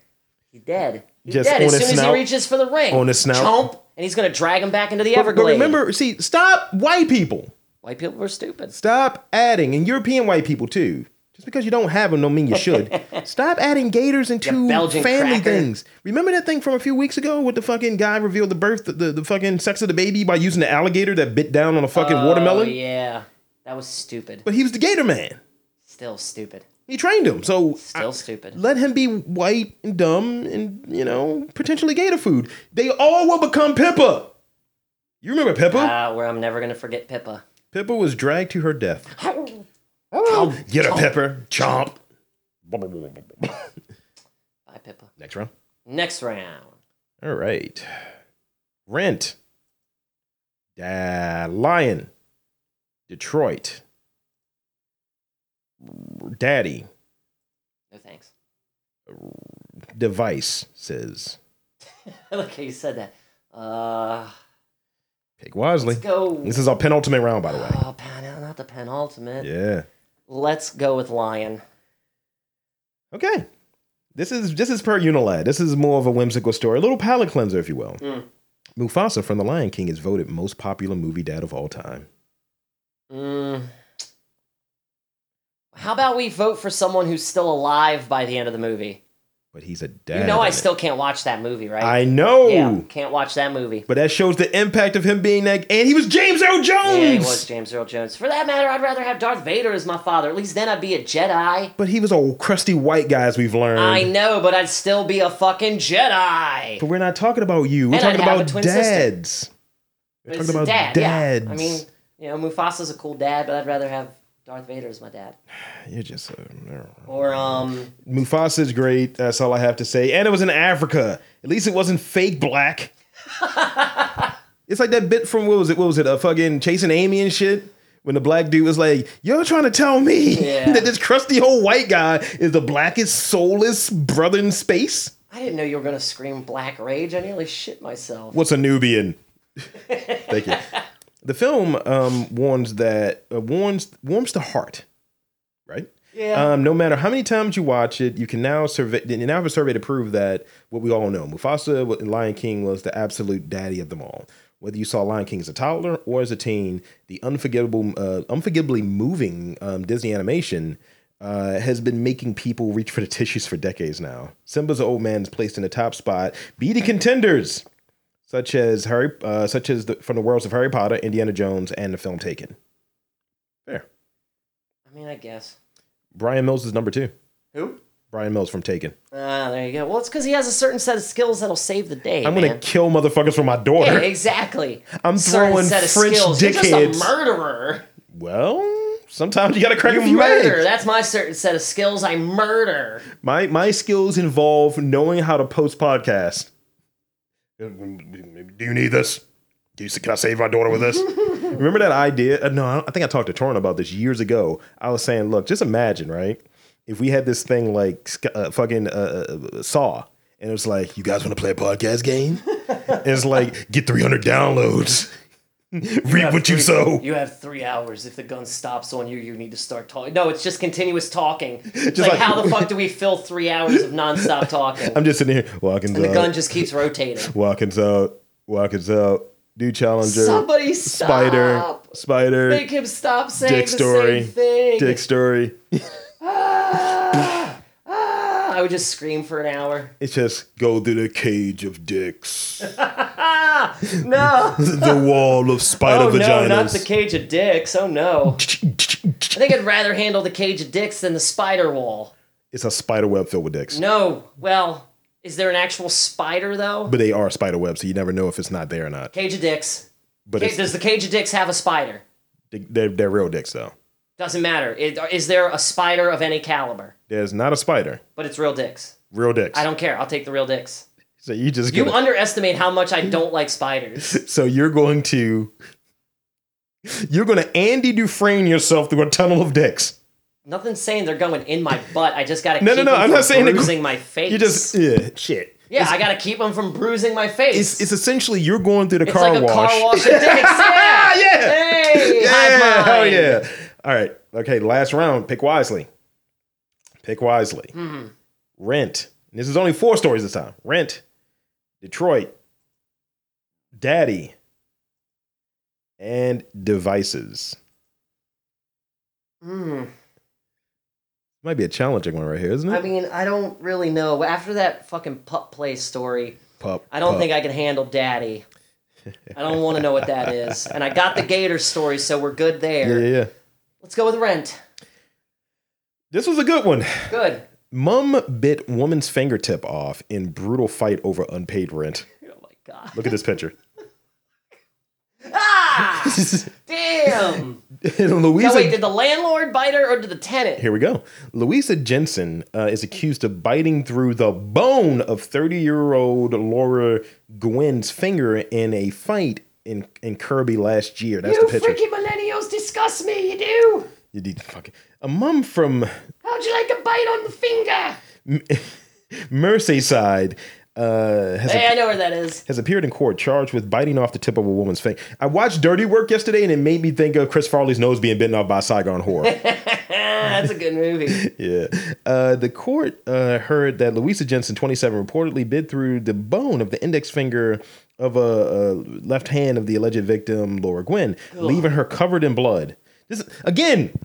[SPEAKER 2] he's dead. He's
[SPEAKER 1] Just
[SPEAKER 2] dead
[SPEAKER 1] on
[SPEAKER 2] as
[SPEAKER 1] his
[SPEAKER 2] soon as
[SPEAKER 1] snout-
[SPEAKER 2] he reaches for the ring.
[SPEAKER 1] on his snout.
[SPEAKER 2] Chomp, and he's gonna drag him back into the
[SPEAKER 1] But, but
[SPEAKER 2] Everglades.
[SPEAKER 1] remember, see, stop white people.
[SPEAKER 2] white people are stupid.
[SPEAKER 1] Stop adding, and European white people too. Just because you don't have them, don't mean you should. Stop adding gators into
[SPEAKER 2] You Belgian
[SPEAKER 1] family
[SPEAKER 2] cracker.
[SPEAKER 1] things. Remember that thing from a few weeks ago with the fucking guy revealed the birth, the, the, fucking sex of the baby by using the alligator that bit down on a fucking
[SPEAKER 2] Oh
[SPEAKER 1] watermelon?
[SPEAKER 2] yeah, that was stupid.
[SPEAKER 1] But he was the gator man.
[SPEAKER 2] Still stupid.
[SPEAKER 1] He trained him. So I-
[SPEAKER 2] Still stupid.
[SPEAKER 1] let him be white and dumb and you know potentially gator food. They all will become Pippa. You remember Pippa?
[SPEAKER 2] Ah, where I'm never gonna forget Pippa.
[SPEAKER 1] Pippa was dragged to her death.
[SPEAKER 2] Oh, Chomp.
[SPEAKER 1] Get a pepper, chomp.
[SPEAKER 2] Bye, Pippa.
[SPEAKER 1] Next round.
[SPEAKER 2] Next round.
[SPEAKER 1] All right. Rent. Da- Lion. Detroit. Daddy.
[SPEAKER 2] No thanks.
[SPEAKER 1] Device says.
[SPEAKER 2] I like how you said that. Uh,
[SPEAKER 1] Pick wisely.
[SPEAKER 2] let's go.
[SPEAKER 1] This is our penultimate round, by the way.
[SPEAKER 2] Oh, pen, not the penultimate.
[SPEAKER 1] Yeah.
[SPEAKER 2] Let's go with Lion.
[SPEAKER 1] Okay. This is this is per Unilad. This is more of a whimsical story, a little palate cleanser, if you will.
[SPEAKER 2] Hmm.
[SPEAKER 1] Mufasa from The Lion King is voted most popular movie dad of all time.
[SPEAKER 2] Mm. How about we vote for someone who's still alive by the end of the movie?
[SPEAKER 1] But he's a dad.
[SPEAKER 2] You know, I
[SPEAKER 1] in it.
[SPEAKER 2] still can't watch that movie, right?
[SPEAKER 1] I know.
[SPEAKER 2] yeah, can't watch that movie.
[SPEAKER 1] But that shows the impact of him being that and he was James Earl Jones.
[SPEAKER 2] Yeah, it was James Earl Jones. For that matter, I'd rather have Darth Vader as my father. At least then I'd be a Jedi.
[SPEAKER 1] But he was a crusty white guy, as we've learned.
[SPEAKER 2] I know, but I'd still be a fucking Jedi.
[SPEAKER 1] But we're not talking about you. We're
[SPEAKER 2] And
[SPEAKER 1] talking
[SPEAKER 2] I'd have a
[SPEAKER 1] about
[SPEAKER 2] twin sister.
[SPEAKER 1] dads. We're
[SPEAKER 2] But
[SPEAKER 1] talking
[SPEAKER 2] it's a
[SPEAKER 1] about
[SPEAKER 2] dad,
[SPEAKER 1] dads.
[SPEAKER 2] Yeah. I mean, you know, Mufasa's a cool dad, but I'd rather have Darth Vader as my dad.
[SPEAKER 1] you're just a,
[SPEAKER 2] Or um,
[SPEAKER 1] Mufasa's great. That's all I have to say. And it was in Africa. At least it wasn't fake black. it's like that bit from what was it? What was it? A fucking chasing Amy and shit. When the black dude was like, "You're trying to tell me
[SPEAKER 2] Yeah.
[SPEAKER 1] that this crusty old white guy is the blackest soulless brother in space?
[SPEAKER 2] I didn't know you were gonna scream black rage. I nearly shit myself.
[SPEAKER 1] What's a Nubian?" Thank you. The film um, warns that uh, warns warms the heart, right?
[SPEAKER 2] Yeah.
[SPEAKER 1] Um, no matter how many times you watch it, you can now survey. You now have a survey to prove that what we all know: Mufasa wa- and Lion King was the absolute daddy of them all. Whether you saw Lion King as a toddler or as a teen, the unforgettable, uh, unforgettably moving um, Disney animation uh, has been making people reach for the tissues for decades now. Simba's old man is placed in the top spot, beating contenders such as Harry, uh, such as the, from the worlds of Harry Potter, Indiana Jones, and the film Taken. There,
[SPEAKER 2] I mean, I guess.
[SPEAKER 1] Brian Mills is number two.
[SPEAKER 2] Who?
[SPEAKER 1] Brian Mills from Taken.
[SPEAKER 2] Ah, there you go. Well, it's because he has a certain set of skills that'll save the day.
[SPEAKER 1] I'm gonna
[SPEAKER 2] man.
[SPEAKER 1] kill motherfuckers for my daughter.
[SPEAKER 2] Yeah, exactly.
[SPEAKER 1] I'm
[SPEAKER 2] Certain
[SPEAKER 1] throwing
[SPEAKER 2] set of
[SPEAKER 1] French
[SPEAKER 2] skills. You're
[SPEAKER 1] dickheads.
[SPEAKER 2] just a murderer.
[SPEAKER 1] Well, sometimes you gotta crack a
[SPEAKER 2] You
[SPEAKER 1] few
[SPEAKER 2] murder.
[SPEAKER 1] eggs.
[SPEAKER 2] That's my certain set of skills. I murder.
[SPEAKER 1] My my skills involve knowing how to post podcast. Do you need this? Do you, can I save my daughter with this? Remember that idea? uh, No, I, don't- I think I talked to Torn about this years ago. I was saying, look, just imagine, right? If we had this thing like sc- uh, fucking uh, uh, uh, Saw, and it was like, you guys want to play a podcast game? And it's like, get 300 downloads. Reap
[SPEAKER 2] have
[SPEAKER 1] what you
[SPEAKER 2] three-
[SPEAKER 1] sow.
[SPEAKER 2] You have three hours. If the gun stops on you, you need to start talking. No, it's just continuous talking. It's like,
[SPEAKER 1] like- Uh,
[SPEAKER 2] how the fuck do we fill three hours of nonstop talking?
[SPEAKER 1] I'm just sitting here walking
[SPEAKER 2] the gun
[SPEAKER 1] out,
[SPEAKER 2] just keeps rotating.
[SPEAKER 1] walking out, walking out. New challenger.
[SPEAKER 2] Somebody stop.
[SPEAKER 1] spider. Spider.
[SPEAKER 2] Make him stop saying
[SPEAKER 1] Dick
[SPEAKER 2] the
[SPEAKER 1] story.
[SPEAKER 2] same thing.
[SPEAKER 1] Dick story.
[SPEAKER 2] Ah, I would just scream for an hour.
[SPEAKER 1] It's just go through the cage of dicks,
[SPEAKER 2] No.
[SPEAKER 1] the wall of spider
[SPEAKER 2] Oh no,
[SPEAKER 1] vaginas.
[SPEAKER 2] not the cage of dicks. Oh no. I think I'd rather handle the cage of dicks than the spider wall.
[SPEAKER 1] it's a spider web filled with dicks.
[SPEAKER 2] No. Well, is there an actual spider though?
[SPEAKER 1] But they are spider webs, so you never know if it's not there or not.
[SPEAKER 2] Cage of dicks.
[SPEAKER 1] But
[SPEAKER 2] Ca-
[SPEAKER 1] it's,
[SPEAKER 2] Does the cage of dicks have a spider?
[SPEAKER 1] they're, they're real dicks, though.
[SPEAKER 2] Doesn't matter. Is is there a spider of any caliber?
[SPEAKER 1] There's not a spider.
[SPEAKER 2] But it's real dicks.
[SPEAKER 1] Real dicks.
[SPEAKER 2] I don't care. I'll take the real dicks.
[SPEAKER 1] so you just
[SPEAKER 2] You
[SPEAKER 1] get
[SPEAKER 2] underestimate how much I don't like spiders.
[SPEAKER 1] So you're going to you're going to Andy Dufresne yourself through a tunnel of dicks.
[SPEAKER 2] Nothing's saying they're going in my butt. I just gotta
[SPEAKER 1] No,
[SPEAKER 2] keep
[SPEAKER 1] no, no,
[SPEAKER 2] them
[SPEAKER 1] I'm
[SPEAKER 2] from
[SPEAKER 1] not saying they're go-
[SPEAKER 2] bruising my face.
[SPEAKER 1] You just yeah, shit.
[SPEAKER 2] yeah, I gotta keep them from bruising my
[SPEAKER 1] It's
[SPEAKER 2] face.
[SPEAKER 1] it's essentially you're going through the
[SPEAKER 2] It's
[SPEAKER 1] car
[SPEAKER 2] like a
[SPEAKER 1] wash.
[SPEAKER 2] car wash of dicks. Yeah,
[SPEAKER 1] Yeah.
[SPEAKER 2] Hey,
[SPEAKER 1] Yeah,
[SPEAKER 2] high
[SPEAKER 1] hell
[SPEAKER 2] five.
[SPEAKER 1] yeah. All right. Okay, last round. Pick wisely. Pick wisely.
[SPEAKER 2] Hmm.
[SPEAKER 1] Rent. This is only four stories this time. Rent. Detroit. Daddy. And devices.
[SPEAKER 2] Mm.
[SPEAKER 1] Might be a challenging one right here, isn't it?
[SPEAKER 2] I mean, I don't really know. After that fucking pup play story,
[SPEAKER 1] pup.
[SPEAKER 2] I don't think I can handle daddy. I don't want to know what that is. And I got the gator story, so we're good
[SPEAKER 1] Yeah,
[SPEAKER 2] there.
[SPEAKER 1] yeah, yeah.
[SPEAKER 2] Let's go with rent.
[SPEAKER 1] This was a good one.
[SPEAKER 2] Good.
[SPEAKER 1] Mum bit woman's fingertip off in brutal fight over unpaid rent.
[SPEAKER 2] Oh my god.
[SPEAKER 1] Look at this picture.
[SPEAKER 2] Ah! Damn.
[SPEAKER 1] Louisa
[SPEAKER 2] Now wait, did the landlord bite her or did the tenant?
[SPEAKER 1] Here we go. Louisa Jensen uh, is accused of biting through the bone of 30 year old Laura Gwen's finger in a fight in, in Kirby last year. That's
[SPEAKER 2] You
[SPEAKER 1] the picture.
[SPEAKER 2] freaky millennials disgust me. You do.
[SPEAKER 1] You need to fucking- A mum from
[SPEAKER 2] How'd you like a bite on the finger?
[SPEAKER 1] Merseyside uh, has,
[SPEAKER 2] Hey, I know where that is.
[SPEAKER 1] has appeared in court charged with biting off the tip of a woman's finger. I watched Dirty Work yesterday and it made me think of Chris Farley's nose being bitten off by a Saigon whore.
[SPEAKER 2] Ah, that's a good movie.
[SPEAKER 1] Yeah. Uh, the court uh, heard that Louisa Jensen, 27, reportedly bit through the bone of the index finger of a, a left hand of the alleged victim, Laura Gwen, leaving her covered in blood. This again.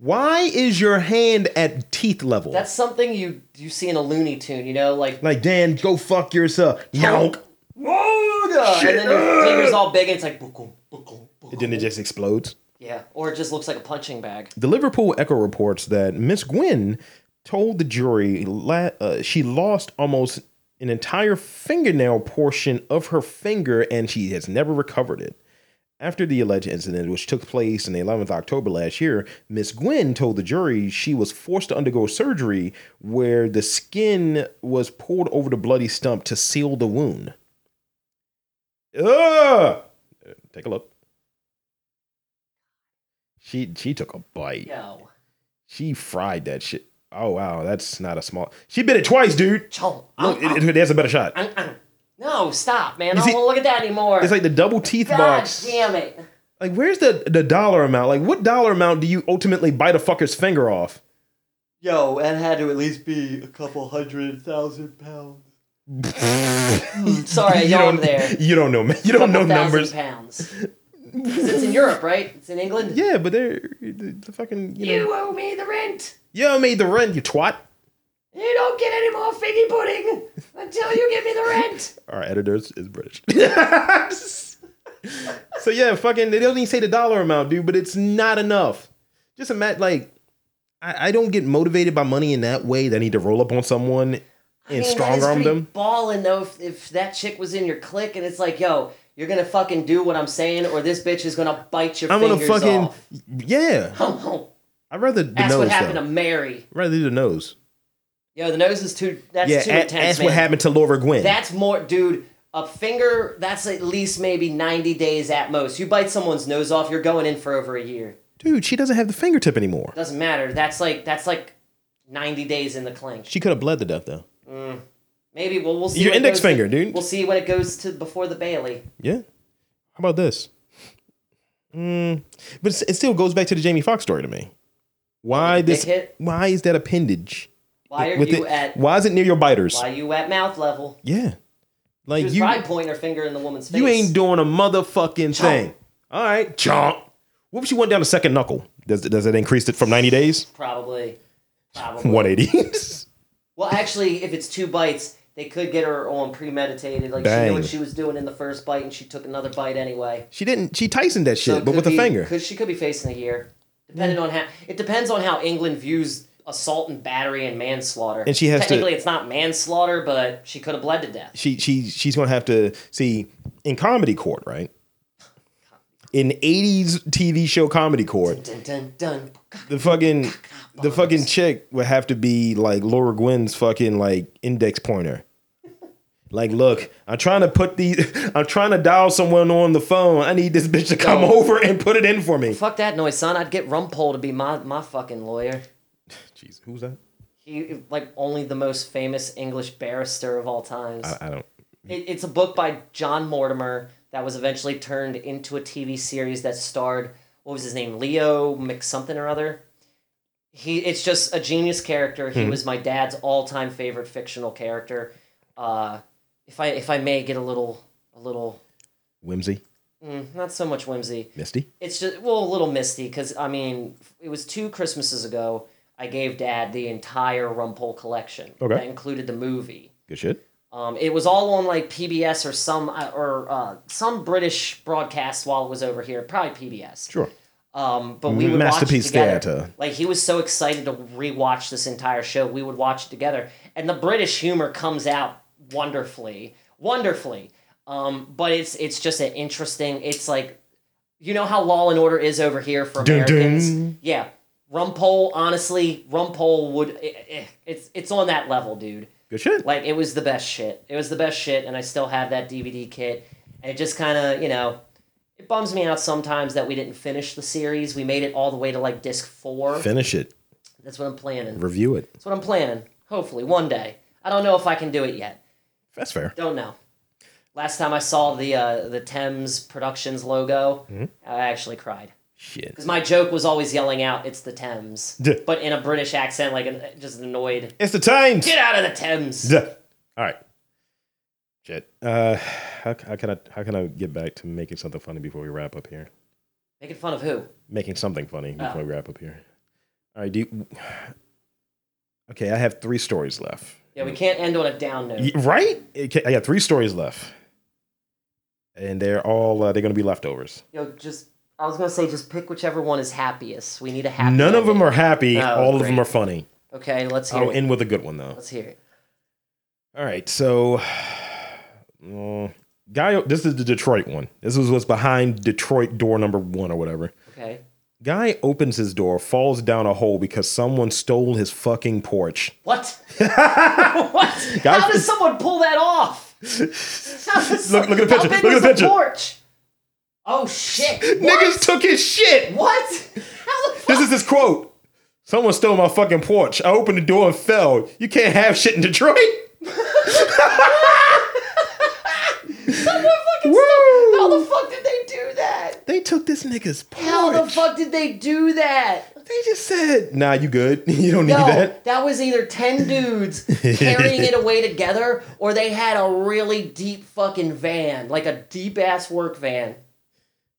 [SPEAKER 1] Why is your hand at teeth level?
[SPEAKER 2] That's something you you see in a Looney Tune, you know, like
[SPEAKER 1] like Dan, go fuck yourself. Yonk.
[SPEAKER 2] Whoa! "Oh, and then your finger's all big and it's like boom, boom, boom.
[SPEAKER 1] Then it just explodes.
[SPEAKER 2] Yeah, or it just looks like a punching bag.
[SPEAKER 1] The Liverpool Echo reports that Miss Gwynn told the jury la- uh, she lost almost an entire fingernail portion of her finger and she has never recovered it. After the alleged incident, which took place on the 11th October last year, Miss Gwynn told the jury she was forced to undergo surgery where the skin was pulled over the bloody stump to seal the wound. Ugh! Take a look. She she took a bite.
[SPEAKER 2] Yo.
[SPEAKER 1] She fried that shit. Oh wow, that's not a small. She bit it twice, dude.
[SPEAKER 2] Chomp.
[SPEAKER 1] Look,
[SPEAKER 2] Um, um,
[SPEAKER 1] it, it- there's a better shot.
[SPEAKER 2] um, um. No, stop, man. I
[SPEAKER 1] see-
[SPEAKER 2] don't want to look at that anymore.
[SPEAKER 1] It's like the double teeth
[SPEAKER 2] God
[SPEAKER 1] box.
[SPEAKER 2] damn it.
[SPEAKER 1] Like, where's the the dollar amount? Like, what dollar amount do you ultimately bite a fucker's finger off?
[SPEAKER 2] Yo, it had to at least be a couple hundred thousand pounds. Sorry, I yawned there.
[SPEAKER 1] You don't know. man. You don't
[SPEAKER 2] Couple
[SPEAKER 1] know
[SPEAKER 2] thousand
[SPEAKER 1] numbers.
[SPEAKER 2] pounds. 'Cause it's in Europe, right? It's in England.
[SPEAKER 1] Yeah, but they're the, the fucking. You know,
[SPEAKER 2] You owe me the rent.
[SPEAKER 1] yo, I made the run. You twat.
[SPEAKER 2] You don't get any more figgy pudding until you give me the rent.
[SPEAKER 1] Our editor is, is British. so yeah, fucking. They don't even say the dollar amount, dude. But it's not enough. Just imagine, like, I, I don't get motivated by money in that way. That I need to roll up on someone and strong arm them.
[SPEAKER 2] Balling though, if, if that chick was in your clique and it's like, yo, you're gonna fucking do what I'm saying, or this bitch is gonna bite your
[SPEAKER 1] I'm gonna
[SPEAKER 2] fingers
[SPEAKER 1] fucking
[SPEAKER 2] off.
[SPEAKER 1] yeah.
[SPEAKER 2] Hum, hum.
[SPEAKER 1] I'd rather the
[SPEAKER 2] That's
[SPEAKER 1] nose.
[SPEAKER 2] what happened
[SPEAKER 1] though.
[SPEAKER 2] to Mary.
[SPEAKER 1] rather do the nose.
[SPEAKER 2] Yo, the nose is too. That's
[SPEAKER 1] Yeah,
[SPEAKER 2] too
[SPEAKER 1] a-
[SPEAKER 2] intense.
[SPEAKER 1] that's
[SPEAKER 2] man.
[SPEAKER 1] what happened to Laura Gwen.
[SPEAKER 2] That's more, dude. A finger. That's at least maybe 90 days at most. You bite someone's nose off, you're going in for over a year.
[SPEAKER 1] dude, she doesn't have the fingertip anymore.
[SPEAKER 2] Doesn't matter. That's like that's like 90 days in the clink.
[SPEAKER 1] She could have bled to death though.
[SPEAKER 2] Maybe. Well, we'll see.
[SPEAKER 1] Your
[SPEAKER 2] when it
[SPEAKER 1] index
[SPEAKER 2] goes to-
[SPEAKER 1] finger, dude.
[SPEAKER 2] We'll see when it goes to before the Bailey.
[SPEAKER 1] Yeah. How about this? Mm, but it's- it still goes back to the Jamie Foxx story to me. Why this?
[SPEAKER 2] hit?
[SPEAKER 1] Why is that appendage?
[SPEAKER 2] Why are
[SPEAKER 1] with
[SPEAKER 2] you
[SPEAKER 1] it-
[SPEAKER 2] at? Why
[SPEAKER 1] why is it near your biters?
[SPEAKER 2] are you at mouth level?
[SPEAKER 1] Yeah,
[SPEAKER 2] She
[SPEAKER 1] like
[SPEAKER 2] was
[SPEAKER 1] you,
[SPEAKER 2] probably pointing her finger in the woman's face.
[SPEAKER 1] you ain't doing a motherfucking thing. All right, chomp. What if she went down to second knuckle? Does does it increase it from ninety days?
[SPEAKER 2] probably. Probably.
[SPEAKER 1] One eighty.
[SPEAKER 2] Well, actually, if it's two bites, they could get her on premeditated. Like she
[SPEAKER 1] Dang.
[SPEAKER 2] knew what she was doing in the first bite, and she took another bite anyway.
[SPEAKER 1] she didn't. She Tyson that shit,
[SPEAKER 2] it
[SPEAKER 1] but
[SPEAKER 2] could
[SPEAKER 1] with a
[SPEAKER 2] be-
[SPEAKER 1] finger.
[SPEAKER 2] Could, she could be facing a year, depending on how. It depends on how England views assault and battery and manslaughter.
[SPEAKER 1] And she has to-
[SPEAKER 2] technically, it's not manslaughter, but she could have bled to death.
[SPEAKER 1] she she she's gonna have to see in comedy court, right? In '80s TV show comedy court,
[SPEAKER 2] Dun, dun, dun.
[SPEAKER 1] the fucking the fucking chick would have to be like Laura Gwynn's fucking like index pointer. Like, look, I'm trying to put these. I'm trying to dial someone on the phone. I need this bitch to come
[SPEAKER 2] No.
[SPEAKER 1] over and put it in for me.
[SPEAKER 2] Fuck that noise, son. I'd get Rumpole to be my my fucking lawyer.
[SPEAKER 1] Jeez, who's that?
[SPEAKER 2] He like only the most famous English barrister of all times.
[SPEAKER 1] I, I don't.
[SPEAKER 2] It, it's a book by John Mortimer that was eventually turned into a TV series that starred what was his name Leo McSomething or other. He it's just a genius character. He was my dad's all time favorite fictional character. Uh, if I if I may get a little a little
[SPEAKER 1] Whimsy,
[SPEAKER 2] mm, not so much whimsy.
[SPEAKER 1] Misty.
[SPEAKER 2] It's just well a little misty because I mean it was two Christmases ago. I gave Dad the entire Rumpole collection
[SPEAKER 1] Okay.
[SPEAKER 2] that included the movie.
[SPEAKER 1] Good shit.
[SPEAKER 2] Um, it was all on like PBS or some uh, or uh, some British broadcast while it was over here, probably PBS.
[SPEAKER 1] Sure.
[SPEAKER 2] Um, but we would
[SPEAKER 1] Masterpiece
[SPEAKER 2] watch it together.
[SPEAKER 1] theatre.
[SPEAKER 2] Like he was so excited to rewatch this entire show, we would watch it together, and the British humor comes out wonderfully, wonderfully. Um, but it's it's just an interesting. It's like you know how Law and Order is over here for
[SPEAKER 1] Dun, dun.
[SPEAKER 2] Americans. Yeah, Rumpole. Honestly, Rumpole would. eh, eh, it's it's on that level, dude.
[SPEAKER 1] Good shit.
[SPEAKER 2] Like it was the best shit. It was the best shit, and I still have that DVD kit. And it just kind of, you know, it bums me out sometimes that we didn't finish the series. We made it all the way to like disc four.
[SPEAKER 1] Finish it.
[SPEAKER 2] That's what I'm planning.
[SPEAKER 1] Review it.
[SPEAKER 2] That's what I'm planning. Hopefully, one day. I don't know if I can do it yet.
[SPEAKER 1] That's fair.
[SPEAKER 2] Don't know. Last time I saw the uh, the Thames Productions logo, I actually cried
[SPEAKER 1] Shit.
[SPEAKER 2] because my joke was always yelling out, "It's the Thames,"
[SPEAKER 1] Duh.
[SPEAKER 2] but in a British accent, like an, just annoyed.
[SPEAKER 1] It's the times.
[SPEAKER 2] Get out of the Thames.
[SPEAKER 1] Duh. All right. Shit. Uh, how, how can I how can I get back to making something funny before we wrap up here?
[SPEAKER 2] Making fun of who?
[SPEAKER 1] Making something funny before we
[SPEAKER 2] Oh.
[SPEAKER 1] wrap up here. All right. Do you, okay. I have three stories left.
[SPEAKER 2] Yeah, we can't end on a down note.
[SPEAKER 1] Y- Right? Okay, I got three stories left, and they're all uh, they're gonna be leftovers.
[SPEAKER 2] you know, just I was gonna say, just pick whichever one is happiest. We need a happy.
[SPEAKER 1] None of them are happy.
[SPEAKER 2] Oh,
[SPEAKER 1] all of them
[SPEAKER 2] great.
[SPEAKER 1] are funny.
[SPEAKER 2] Okay, let's hear.
[SPEAKER 1] I'll
[SPEAKER 2] it.
[SPEAKER 1] end with a good one though.
[SPEAKER 2] Let's hear it.
[SPEAKER 1] All right. So, uh, guy, this is the Detroit one. This was what's behind Detroit door number one or whatever.
[SPEAKER 2] Okay.
[SPEAKER 1] Guy opens his door, falls down a hole because someone stole his fucking porch.
[SPEAKER 2] What? what? How does someone pull that off? How does
[SPEAKER 1] Look- look at the
[SPEAKER 2] how
[SPEAKER 1] picture,
[SPEAKER 2] big
[SPEAKER 1] look at
[SPEAKER 2] is
[SPEAKER 1] the picture.
[SPEAKER 2] Porch? Oh shit! What?
[SPEAKER 1] Niggas took his shit.
[SPEAKER 2] What? How the fuck?
[SPEAKER 1] This is his quote. Someone stole my fucking porch. I opened the door and fell. You can't have shit in Detroit.
[SPEAKER 2] How
[SPEAKER 1] Woo!
[SPEAKER 2] the fuck did they do that?
[SPEAKER 1] They took this nigga's porch.
[SPEAKER 2] How the fuck did they do that?
[SPEAKER 1] They just said, "Nah, you good. you don't need
[SPEAKER 2] No,
[SPEAKER 1] that."
[SPEAKER 2] that. was either 10 dudes carrying it away together or they had a really deep fucking van, like a deep ass work van.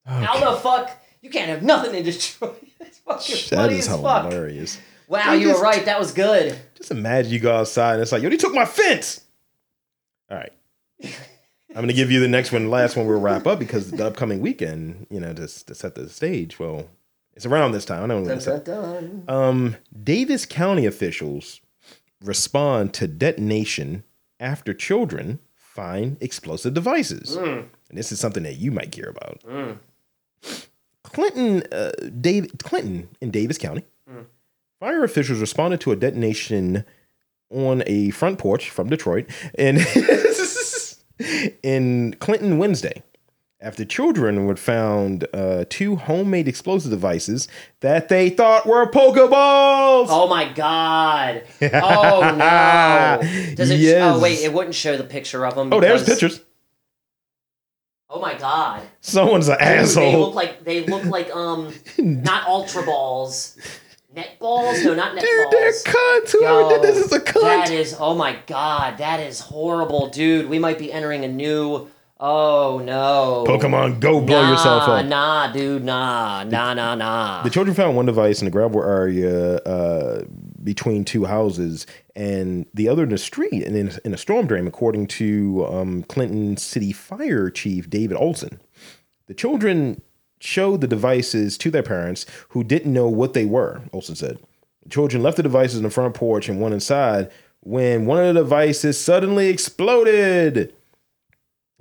[SPEAKER 2] How the fuck? You can't have nothing in Detroit. That's fucking
[SPEAKER 1] That
[SPEAKER 2] funny
[SPEAKER 1] is
[SPEAKER 2] as fuck.
[SPEAKER 1] hilarious.
[SPEAKER 2] Wow,
[SPEAKER 1] They
[SPEAKER 2] you were
[SPEAKER 1] just-
[SPEAKER 2] right. That was good.
[SPEAKER 1] Just imagine you go outside and it's like, yo, they took my fence. All right. I'm gonna give you the next one, last one we'll wrap up because the upcoming weekend, you know, just to set the stage. Well, it's around this time. I don't know when
[SPEAKER 2] Dun,
[SPEAKER 1] it's set.
[SPEAKER 2] dun, dun.
[SPEAKER 1] Um, Davis County officials respond to detonation after children find explosive devices. And this is something that you might care about. Clinton, uh, Dave, Clinton in Davis County, fire officials responded to a detonation on a front porch from Detroit in in Clinton Wednesday. after children were found uh, two homemade explosive devices that they thought were Pokeballs.
[SPEAKER 2] Oh my god. Oh no. Does it
[SPEAKER 1] Yes.
[SPEAKER 2] Oh wait, it wouldn't show the picture of them.
[SPEAKER 1] oh, there's
[SPEAKER 2] because-
[SPEAKER 1] pictures.
[SPEAKER 2] Oh my god.
[SPEAKER 1] Someone's an
[SPEAKER 2] They look
[SPEAKER 1] asshole.
[SPEAKER 2] like they look like um not ultra balls. Net balls? No, not net
[SPEAKER 1] Dude, they're
[SPEAKER 2] balls.
[SPEAKER 1] cunts. Whoever
[SPEAKER 2] Yo,
[SPEAKER 1] did this is a
[SPEAKER 2] That
[SPEAKER 1] cunt.
[SPEAKER 2] is oh my god, that is horrible, dude. We might be entering a new Oh no.
[SPEAKER 1] Pokemon Go, blow
[SPEAKER 2] nah,
[SPEAKER 1] yourself up.
[SPEAKER 2] Nah, dude, nah, nah, nah, nah.
[SPEAKER 1] The children found one device in the gravel area uh, between two houses and the other in the street and in, in a storm drain, according to um, Clinton City Fire Chief David Olson. The children showed the devices to their parents who didn't know what they were, Olson said. The children left the devices in the front porch and one inside when one of the devices suddenly exploded.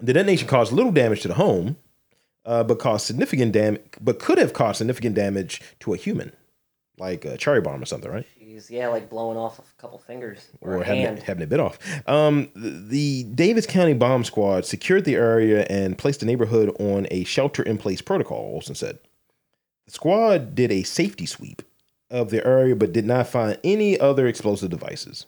[SPEAKER 1] The detonation caused little damage to the home uh, but caused significant damage, but could have caused significant damage to a human, like a cherry bomb or something, right?
[SPEAKER 2] Jeez, yeah, like blowing off a couple fingers or,
[SPEAKER 1] Or
[SPEAKER 2] a
[SPEAKER 1] having
[SPEAKER 2] hand.
[SPEAKER 1] it, having it bit off. Um, the, the Davis County Bomb Squad secured the area and placed the neighborhood on a shelter-in-place protocol. Olson said the squad did a safety sweep of the area, but did not find any other explosive devices.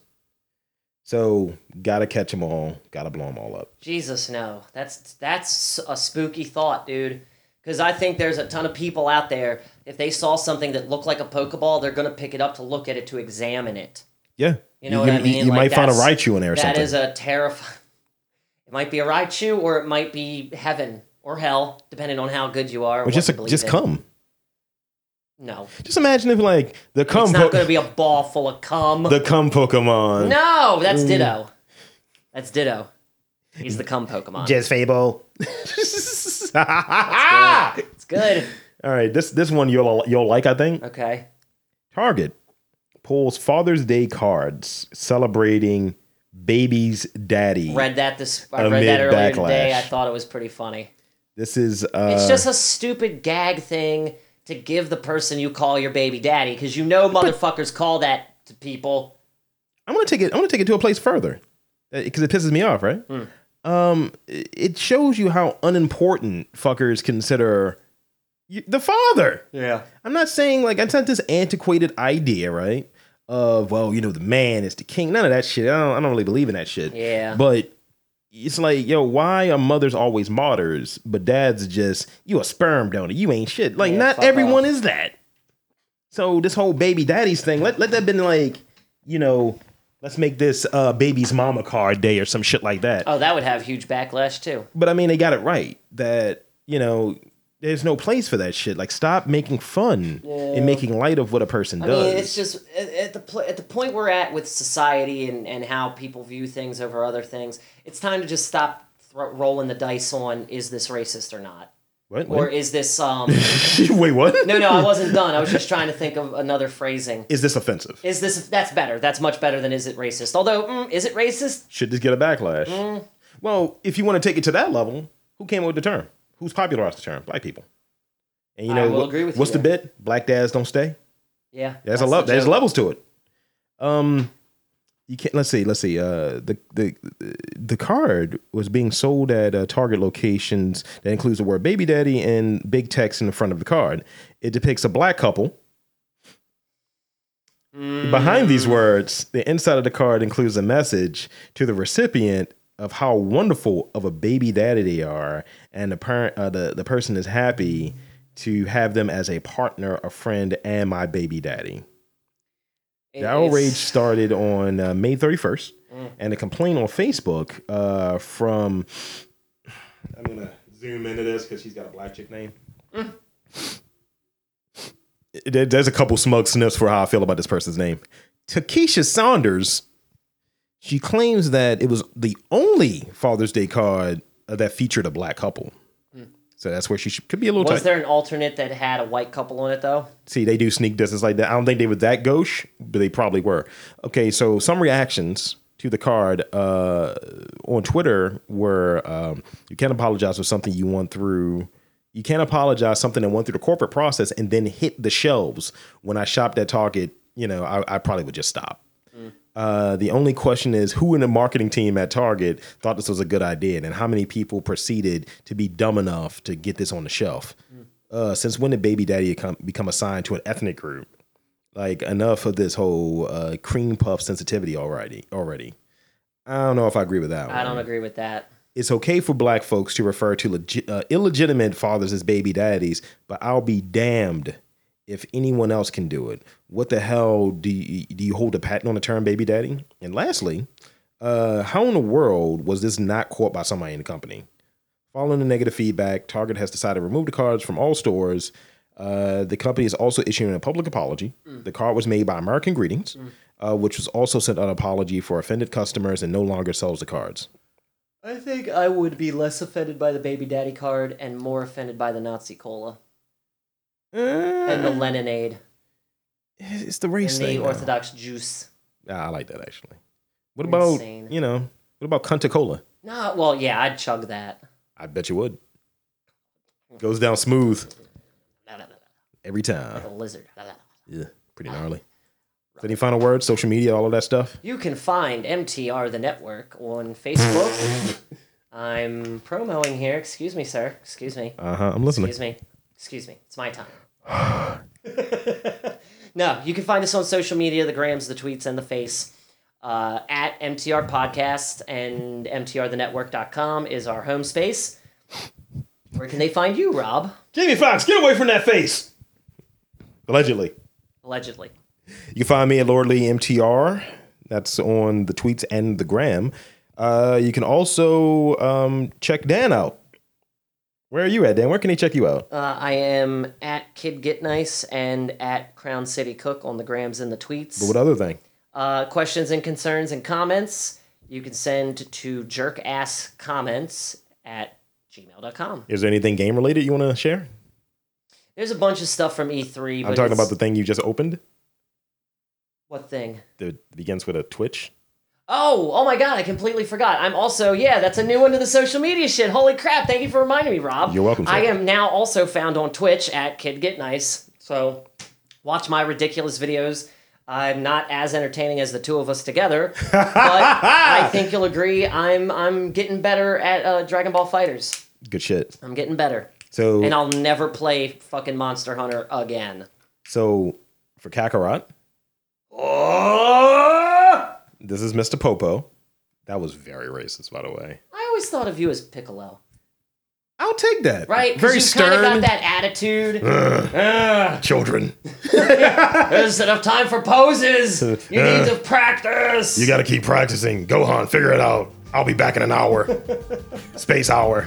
[SPEAKER 1] So, gotta catch them all. Gotta blow them all up.
[SPEAKER 2] Jesus, no. That's that's a spooky thought, dude. Because I think there's a ton of people out there. If they saw something that looked like a Pokeball, they're gonna pick it up to look at it to examine it.
[SPEAKER 1] Yeah,
[SPEAKER 2] You know what I mean?
[SPEAKER 1] You
[SPEAKER 2] Like,
[SPEAKER 1] might find a
[SPEAKER 2] that's-
[SPEAKER 1] Raichu in there or
[SPEAKER 2] That
[SPEAKER 1] something.
[SPEAKER 2] is a terrifying. It might be a Raichu, or it might be heaven or hell, depending on how good you are.
[SPEAKER 1] or just a, just come.
[SPEAKER 2] No,
[SPEAKER 1] Just imagine if like the cum
[SPEAKER 2] it's not
[SPEAKER 1] po-
[SPEAKER 2] going to be a ball full of cum.
[SPEAKER 1] the cum Pokemon.
[SPEAKER 2] no, that's Ditto. That's Ditto. He's the cum Pokemon.
[SPEAKER 1] Just Fable. All
[SPEAKER 2] Ah, it's good.
[SPEAKER 1] right, this this one you'll you'll like, I think.
[SPEAKER 2] Okay.
[SPEAKER 1] Target pulls Father's Day cards celebrating baby's daddy.
[SPEAKER 2] Read that this. I
[SPEAKER 1] Amid
[SPEAKER 2] read that earlier today.
[SPEAKER 1] backlash.
[SPEAKER 2] I thought it was pretty funny.
[SPEAKER 1] This is uh,
[SPEAKER 2] It's just a stupid gag thing to give the person you call your baby daddy because you know motherfuckers call that to people.
[SPEAKER 1] I'm gonna take it. I'm gonna take it to a place further because it pisses me off, right?
[SPEAKER 2] Hmm.
[SPEAKER 1] Um, it it shows you how unimportant fuckers consider y- the father.
[SPEAKER 2] Yeah.
[SPEAKER 1] I'm not saying like it's not this antiquated idea, right? Of well, you know, the man is the king. None of that shit. I don't, I don't really believe in that shit.
[SPEAKER 2] Yeah.
[SPEAKER 1] But it's like, yo, why are mothers always martyrs, but dads just you a sperm donor, you ain't shit. Like
[SPEAKER 2] Yeah,
[SPEAKER 1] not
[SPEAKER 2] fuck
[SPEAKER 1] everyone is that. So this whole baby daddies thing, let let that been like, you know, let's make this uh baby's mama card day or some shit like that.
[SPEAKER 2] Oh, that would have huge backlash too.
[SPEAKER 1] But I mean, they got it right that you know there's no place for that shit. Like, stop making fun and making light of what a person
[SPEAKER 2] I
[SPEAKER 1] does.
[SPEAKER 2] mean, it's just at, at the pl- at the point we're at with society and, and how people view things over other things. It's time to just stop thro- rolling the dice on is this racist or not,
[SPEAKER 1] what?
[SPEAKER 2] or
[SPEAKER 1] What?
[SPEAKER 2] is this um?
[SPEAKER 1] Wait, what?
[SPEAKER 2] no, no, I wasn't done. I was just trying to think of another phrasing.
[SPEAKER 1] Is this offensive?
[SPEAKER 2] Is this that's better? That's much better than is it racist? Although, mm, is it racist?
[SPEAKER 1] Should this get a backlash?
[SPEAKER 2] Mm.
[SPEAKER 1] Well, if you want to take it to that level, who came up with the term? Who's popularized the term? Black people. And you
[SPEAKER 2] I
[SPEAKER 1] know,
[SPEAKER 2] will
[SPEAKER 1] what-
[SPEAKER 2] agree with you
[SPEAKER 1] what's the
[SPEAKER 2] there.
[SPEAKER 1] bit? Black dads don't stay.
[SPEAKER 2] Yeah,
[SPEAKER 1] There's a level.
[SPEAKER 2] the
[SPEAKER 1] There's
[SPEAKER 2] joke.
[SPEAKER 1] levels to it. Um, you can't. Let's see. Let's see. Uh, the the the card was being sold at uh, Target locations that includes the word "baby daddy" and big text in the front of the card. It depicts a black couple. Behind these
[SPEAKER 2] Mm.
[SPEAKER 1] words, the inside of the card includes a message to the recipient of how wonderful of a baby daddy they are, and the parent, uh, the the person is happy to have them as a partner, a friend, and my baby daddy.
[SPEAKER 2] It-
[SPEAKER 1] The
[SPEAKER 2] it's-
[SPEAKER 1] outrage started on uh, May 31st, and a complaint on Facebook uh, from. I'm going to zoom into this because she's got a black chick name. There- There's a couple smug sniffs for how I feel about this person's name. Takesha Saunders. She claims that it was the only Father's Day card uh, that featured a black couple. So that's where she should, could be a little
[SPEAKER 2] Was
[SPEAKER 1] tight.
[SPEAKER 2] there an alternate that had a white couple on it though?
[SPEAKER 1] See, they do sneak distance like that. I don't think they were that gauche, but they probably were. Okay, so some reactions to the card uh, on Twitter were um, you can't apologize for something you went through. You can't apologize something that went through the corporate process and then hit the shelves. When I shopped at Target, you know, I, I probably would just stop. Uh, the only question is who in the marketing team at Target thought this was a good idea, and how many people proceeded to be dumb enough to get this on the shelf? Uh, since when did baby daddy become, become assigned to an ethnic group? Like enough of this whole uh, cream puff sensitivity already. Already, I don't know if I agree with that.
[SPEAKER 2] I
[SPEAKER 1] one
[SPEAKER 2] don't agree with that.
[SPEAKER 1] it's okay for black folks to refer to legi- uh, illegitimate fathers as baby daddies, but I'll be damned if anyone else can do it. What the hell do you, do you hold a patent on the term baby daddy? And lastly, uh, how in the world was this not caught by somebody in the company? Following the negative feedback, Target has decided to remove the cards from all stores. Uh, the company is also issuing a public apology. The card was made by American Greetings, uh, which was also sent an apology for offended customers and no longer sells the cards.
[SPEAKER 2] I think I would be less offended by the baby daddy card and more offended by the Nazi cola and the Leninade
[SPEAKER 1] It's the
[SPEAKER 2] and
[SPEAKER 1] race
[SPEAKER 2] the
[SPEAKER 1] thing. though.
[SPEAKER 2] Orthodox juice.
[SPEAKER 1] Ah, I like that actually. What
[SPEAKER 2] You're
[SPEAKER 1] about
[SPEAKER 2] insane.
[SPEAKER 1] you know? What about Kunta Cola?
[SPEAKER 2] Nah, well, yeah, I'd chug that.
[SPEAKER 1] I bet you would. Goes down smooth
[SPEAKER 2] Like
[SPEAKER 1] every time.
[SPEAKER 2] a lizard.
[SPEAKER 1] Yeah, pretty gnarly. So Any final words? Social media, all of that stuff.
[SPEAKER 2] You can find MTR the Network on Facebook. I'm promoting here. Excuse me, sir. Excuse me.
[SPEAKER 1] Uh huh. I'm listening.
[SPEAKER 2] Excuse me. Excuse me. It's my time. no, you can find us on social media the grams, the tweets, and the face. Uh, at MTR Podcast and MTRTheNetwork.com is our home space. Where can they find you, Rob?
[SPEAKER 1] Jamie Fox, get away from that face. Allegedly,
[SPEAKER 2] Allegedly.
[SPEAKER 1] you can find me at Lord Lee MTR. That's on the tweets and the gram. Uh, you can also um, check Dan out. Where are you at, Dan? Where can they check you out?
[SPEAKER 2] Uh, I am at Kid Get Nice and at Crown City Cook on the grams and the tweets.
[SPEAKER 1] But what other thing?
[SPEAKER 2] uh, questions and concerns and comments, you can send to jerkasscomments at gmail.com.
[SPEAKER 1] Is there anything game related you want to share?
[SPEAKER 2] There's a bunch of stuff from E3. But
[SPEAKER 1] I'm talking
[SPEAKER 2] it's-
[SPEAKER 1] about the thing you just opened
[SPEAKER 2] What thing?
[SPEAKER 1] that begins with a Twitch.
[SPEAKER 2] Oh, oh my God, I completely forgot. I'm also, yeah, that's a new one to the social media shit. Holy crap, thank you for reminding me, Rob.
[SPEAKER 1] You're welcome, sir.
[SPEAKER 2] I am now also found on Twitch at Kid Get Nice. So watch my ridiculous videos. I'm not as entertaining as the two of us together, but I think you'll agree I'm I'm getting better at uh, Dragon Ball Fighters.
[SPEAKER 1] Good shit.
[SPEAKER 2] I'm getting better.
[SPEAKER 1] So,
[SPEAKER 2] and I'll never play fucking Monster Hunter again.
[SPEAKER 1] so for Kakarot,
[SPEAKER 2] Oh!
[SPEAKER 1] this is Mr. Popo. That was very racist, by the way.
[SPEAKER 2] I always thought of you as Piccolo,
[SPEAKER 1] I'll take that.
[SPEAKER 2] right? 'Cause
[SPEAKER 1] Very
[SPEAKER 2] you kind of got
[SPEAKER 1] stern.
[SPEAKER 2] that attitude. Ugh,
[SPEAKER 1] Children,
[SPEAKER 2] There's enough time for poses. You need to practice.
[SPEAKER 1] you got to keep practicing. Gohan, figure it out. I'll be back in an hour. Space hour.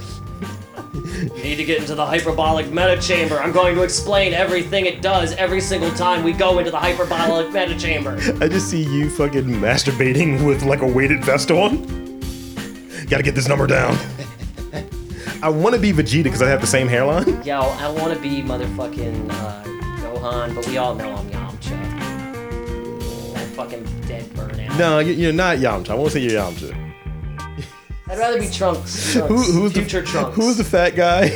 [SPEAKER 2] You need to get into the hyperbolic meta chamber. I'm going to explain everything it does every single time we go into the hyperbolic meta chamber.
[SPEAKER 1] I just see you fucking masturbating with like a weighted vest on. Got to get this number down. I want to be Vegeta because I have the same hairline.
[SPEAKER 2] Yo, I want to be motherfucking uh, Gohan, but we all know I'm Yamcha. That fucking dead burnout.
[SPEAKER 1] No, you- you're not Yamcha. I won't say you're Yamcha.
[SPEAKER 2] I'd rather be Trunks. Trunks.
[SPEAKER 1] Who, who's
[SPEAKER 2] Future
[SPEAKER 1] the
[SPEAKER 2] Trunks.
[SPEAKER 1] Who's the fat guy?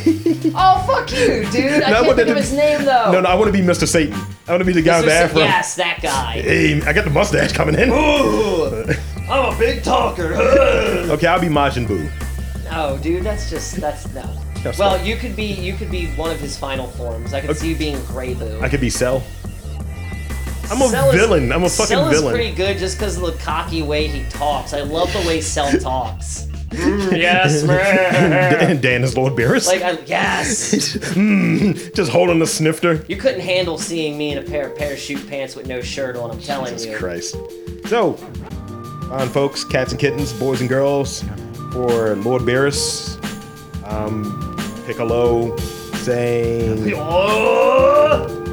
[SPEAKER 2] Oh fuck you, dude!
[SPEAKER 1] No,
[SPEAKER 2] I
[SPEAKER 1] I want
[SPEAKER 2] can't think
[SPEAKER 1] that
[SPEAKER 2] of
[SPEAKER 1] to
[SPEAKER 2] his
[SPEAKER 1] be-
[SPEAKER 2] name though.
[SPEAKER 1] no, no, I want to be Mr. Satan. I want to be the guy with the
[SPEAKER 2] Mr.
[SPEAKER 1] afro.
[SPEAKER 2] Yes, that guy.
[SPEAKER 1] Hey, I got the mustache coming in.
[SPEAKER 2] I'm a big talker. oh,
[SPEAKER 1] Okay, I'll be Majin Buu.
[SPEAKER 2] dude, that's just that's no.
[SPEAKER 1] That's
[SPEAKER 2] well,
[SPEAKER 1] fine.
[SPEAKER 2] you could be you could be one of his final forms. I could see you being Grey Boo.
[SPEAKER 1] I could be Cell. I'm a
[SPEAKER 2] Cell is-
[SPEAKER 1] villain. I'm a fucking
[SPEAKER 2] Cell is
[SPEAKER 1] villain.
[SPEAKER 2] pretty good just because of the cocky way he talks. I love the way Cell talks. Mm, yes, man.
[SPEAKER 1] Dan, Dan is Lord Beerus.
[SPEAKER 2] like I, yes.
[SPEAKER 1] Mm, just holding the snifter.
[SPEAKER 2] You couldn't handle seeing me in a pair of parachute pants with no shirt on. I'm telling
[SPEAKER 1] Jesus
[SPEAKER 2] you.
[SPEAKER 1] Christ. So, on folks, cats and kittens, boys and girls, for Lord Beerus, um, Piccolo saying.
[SPEAKER 2] Oh!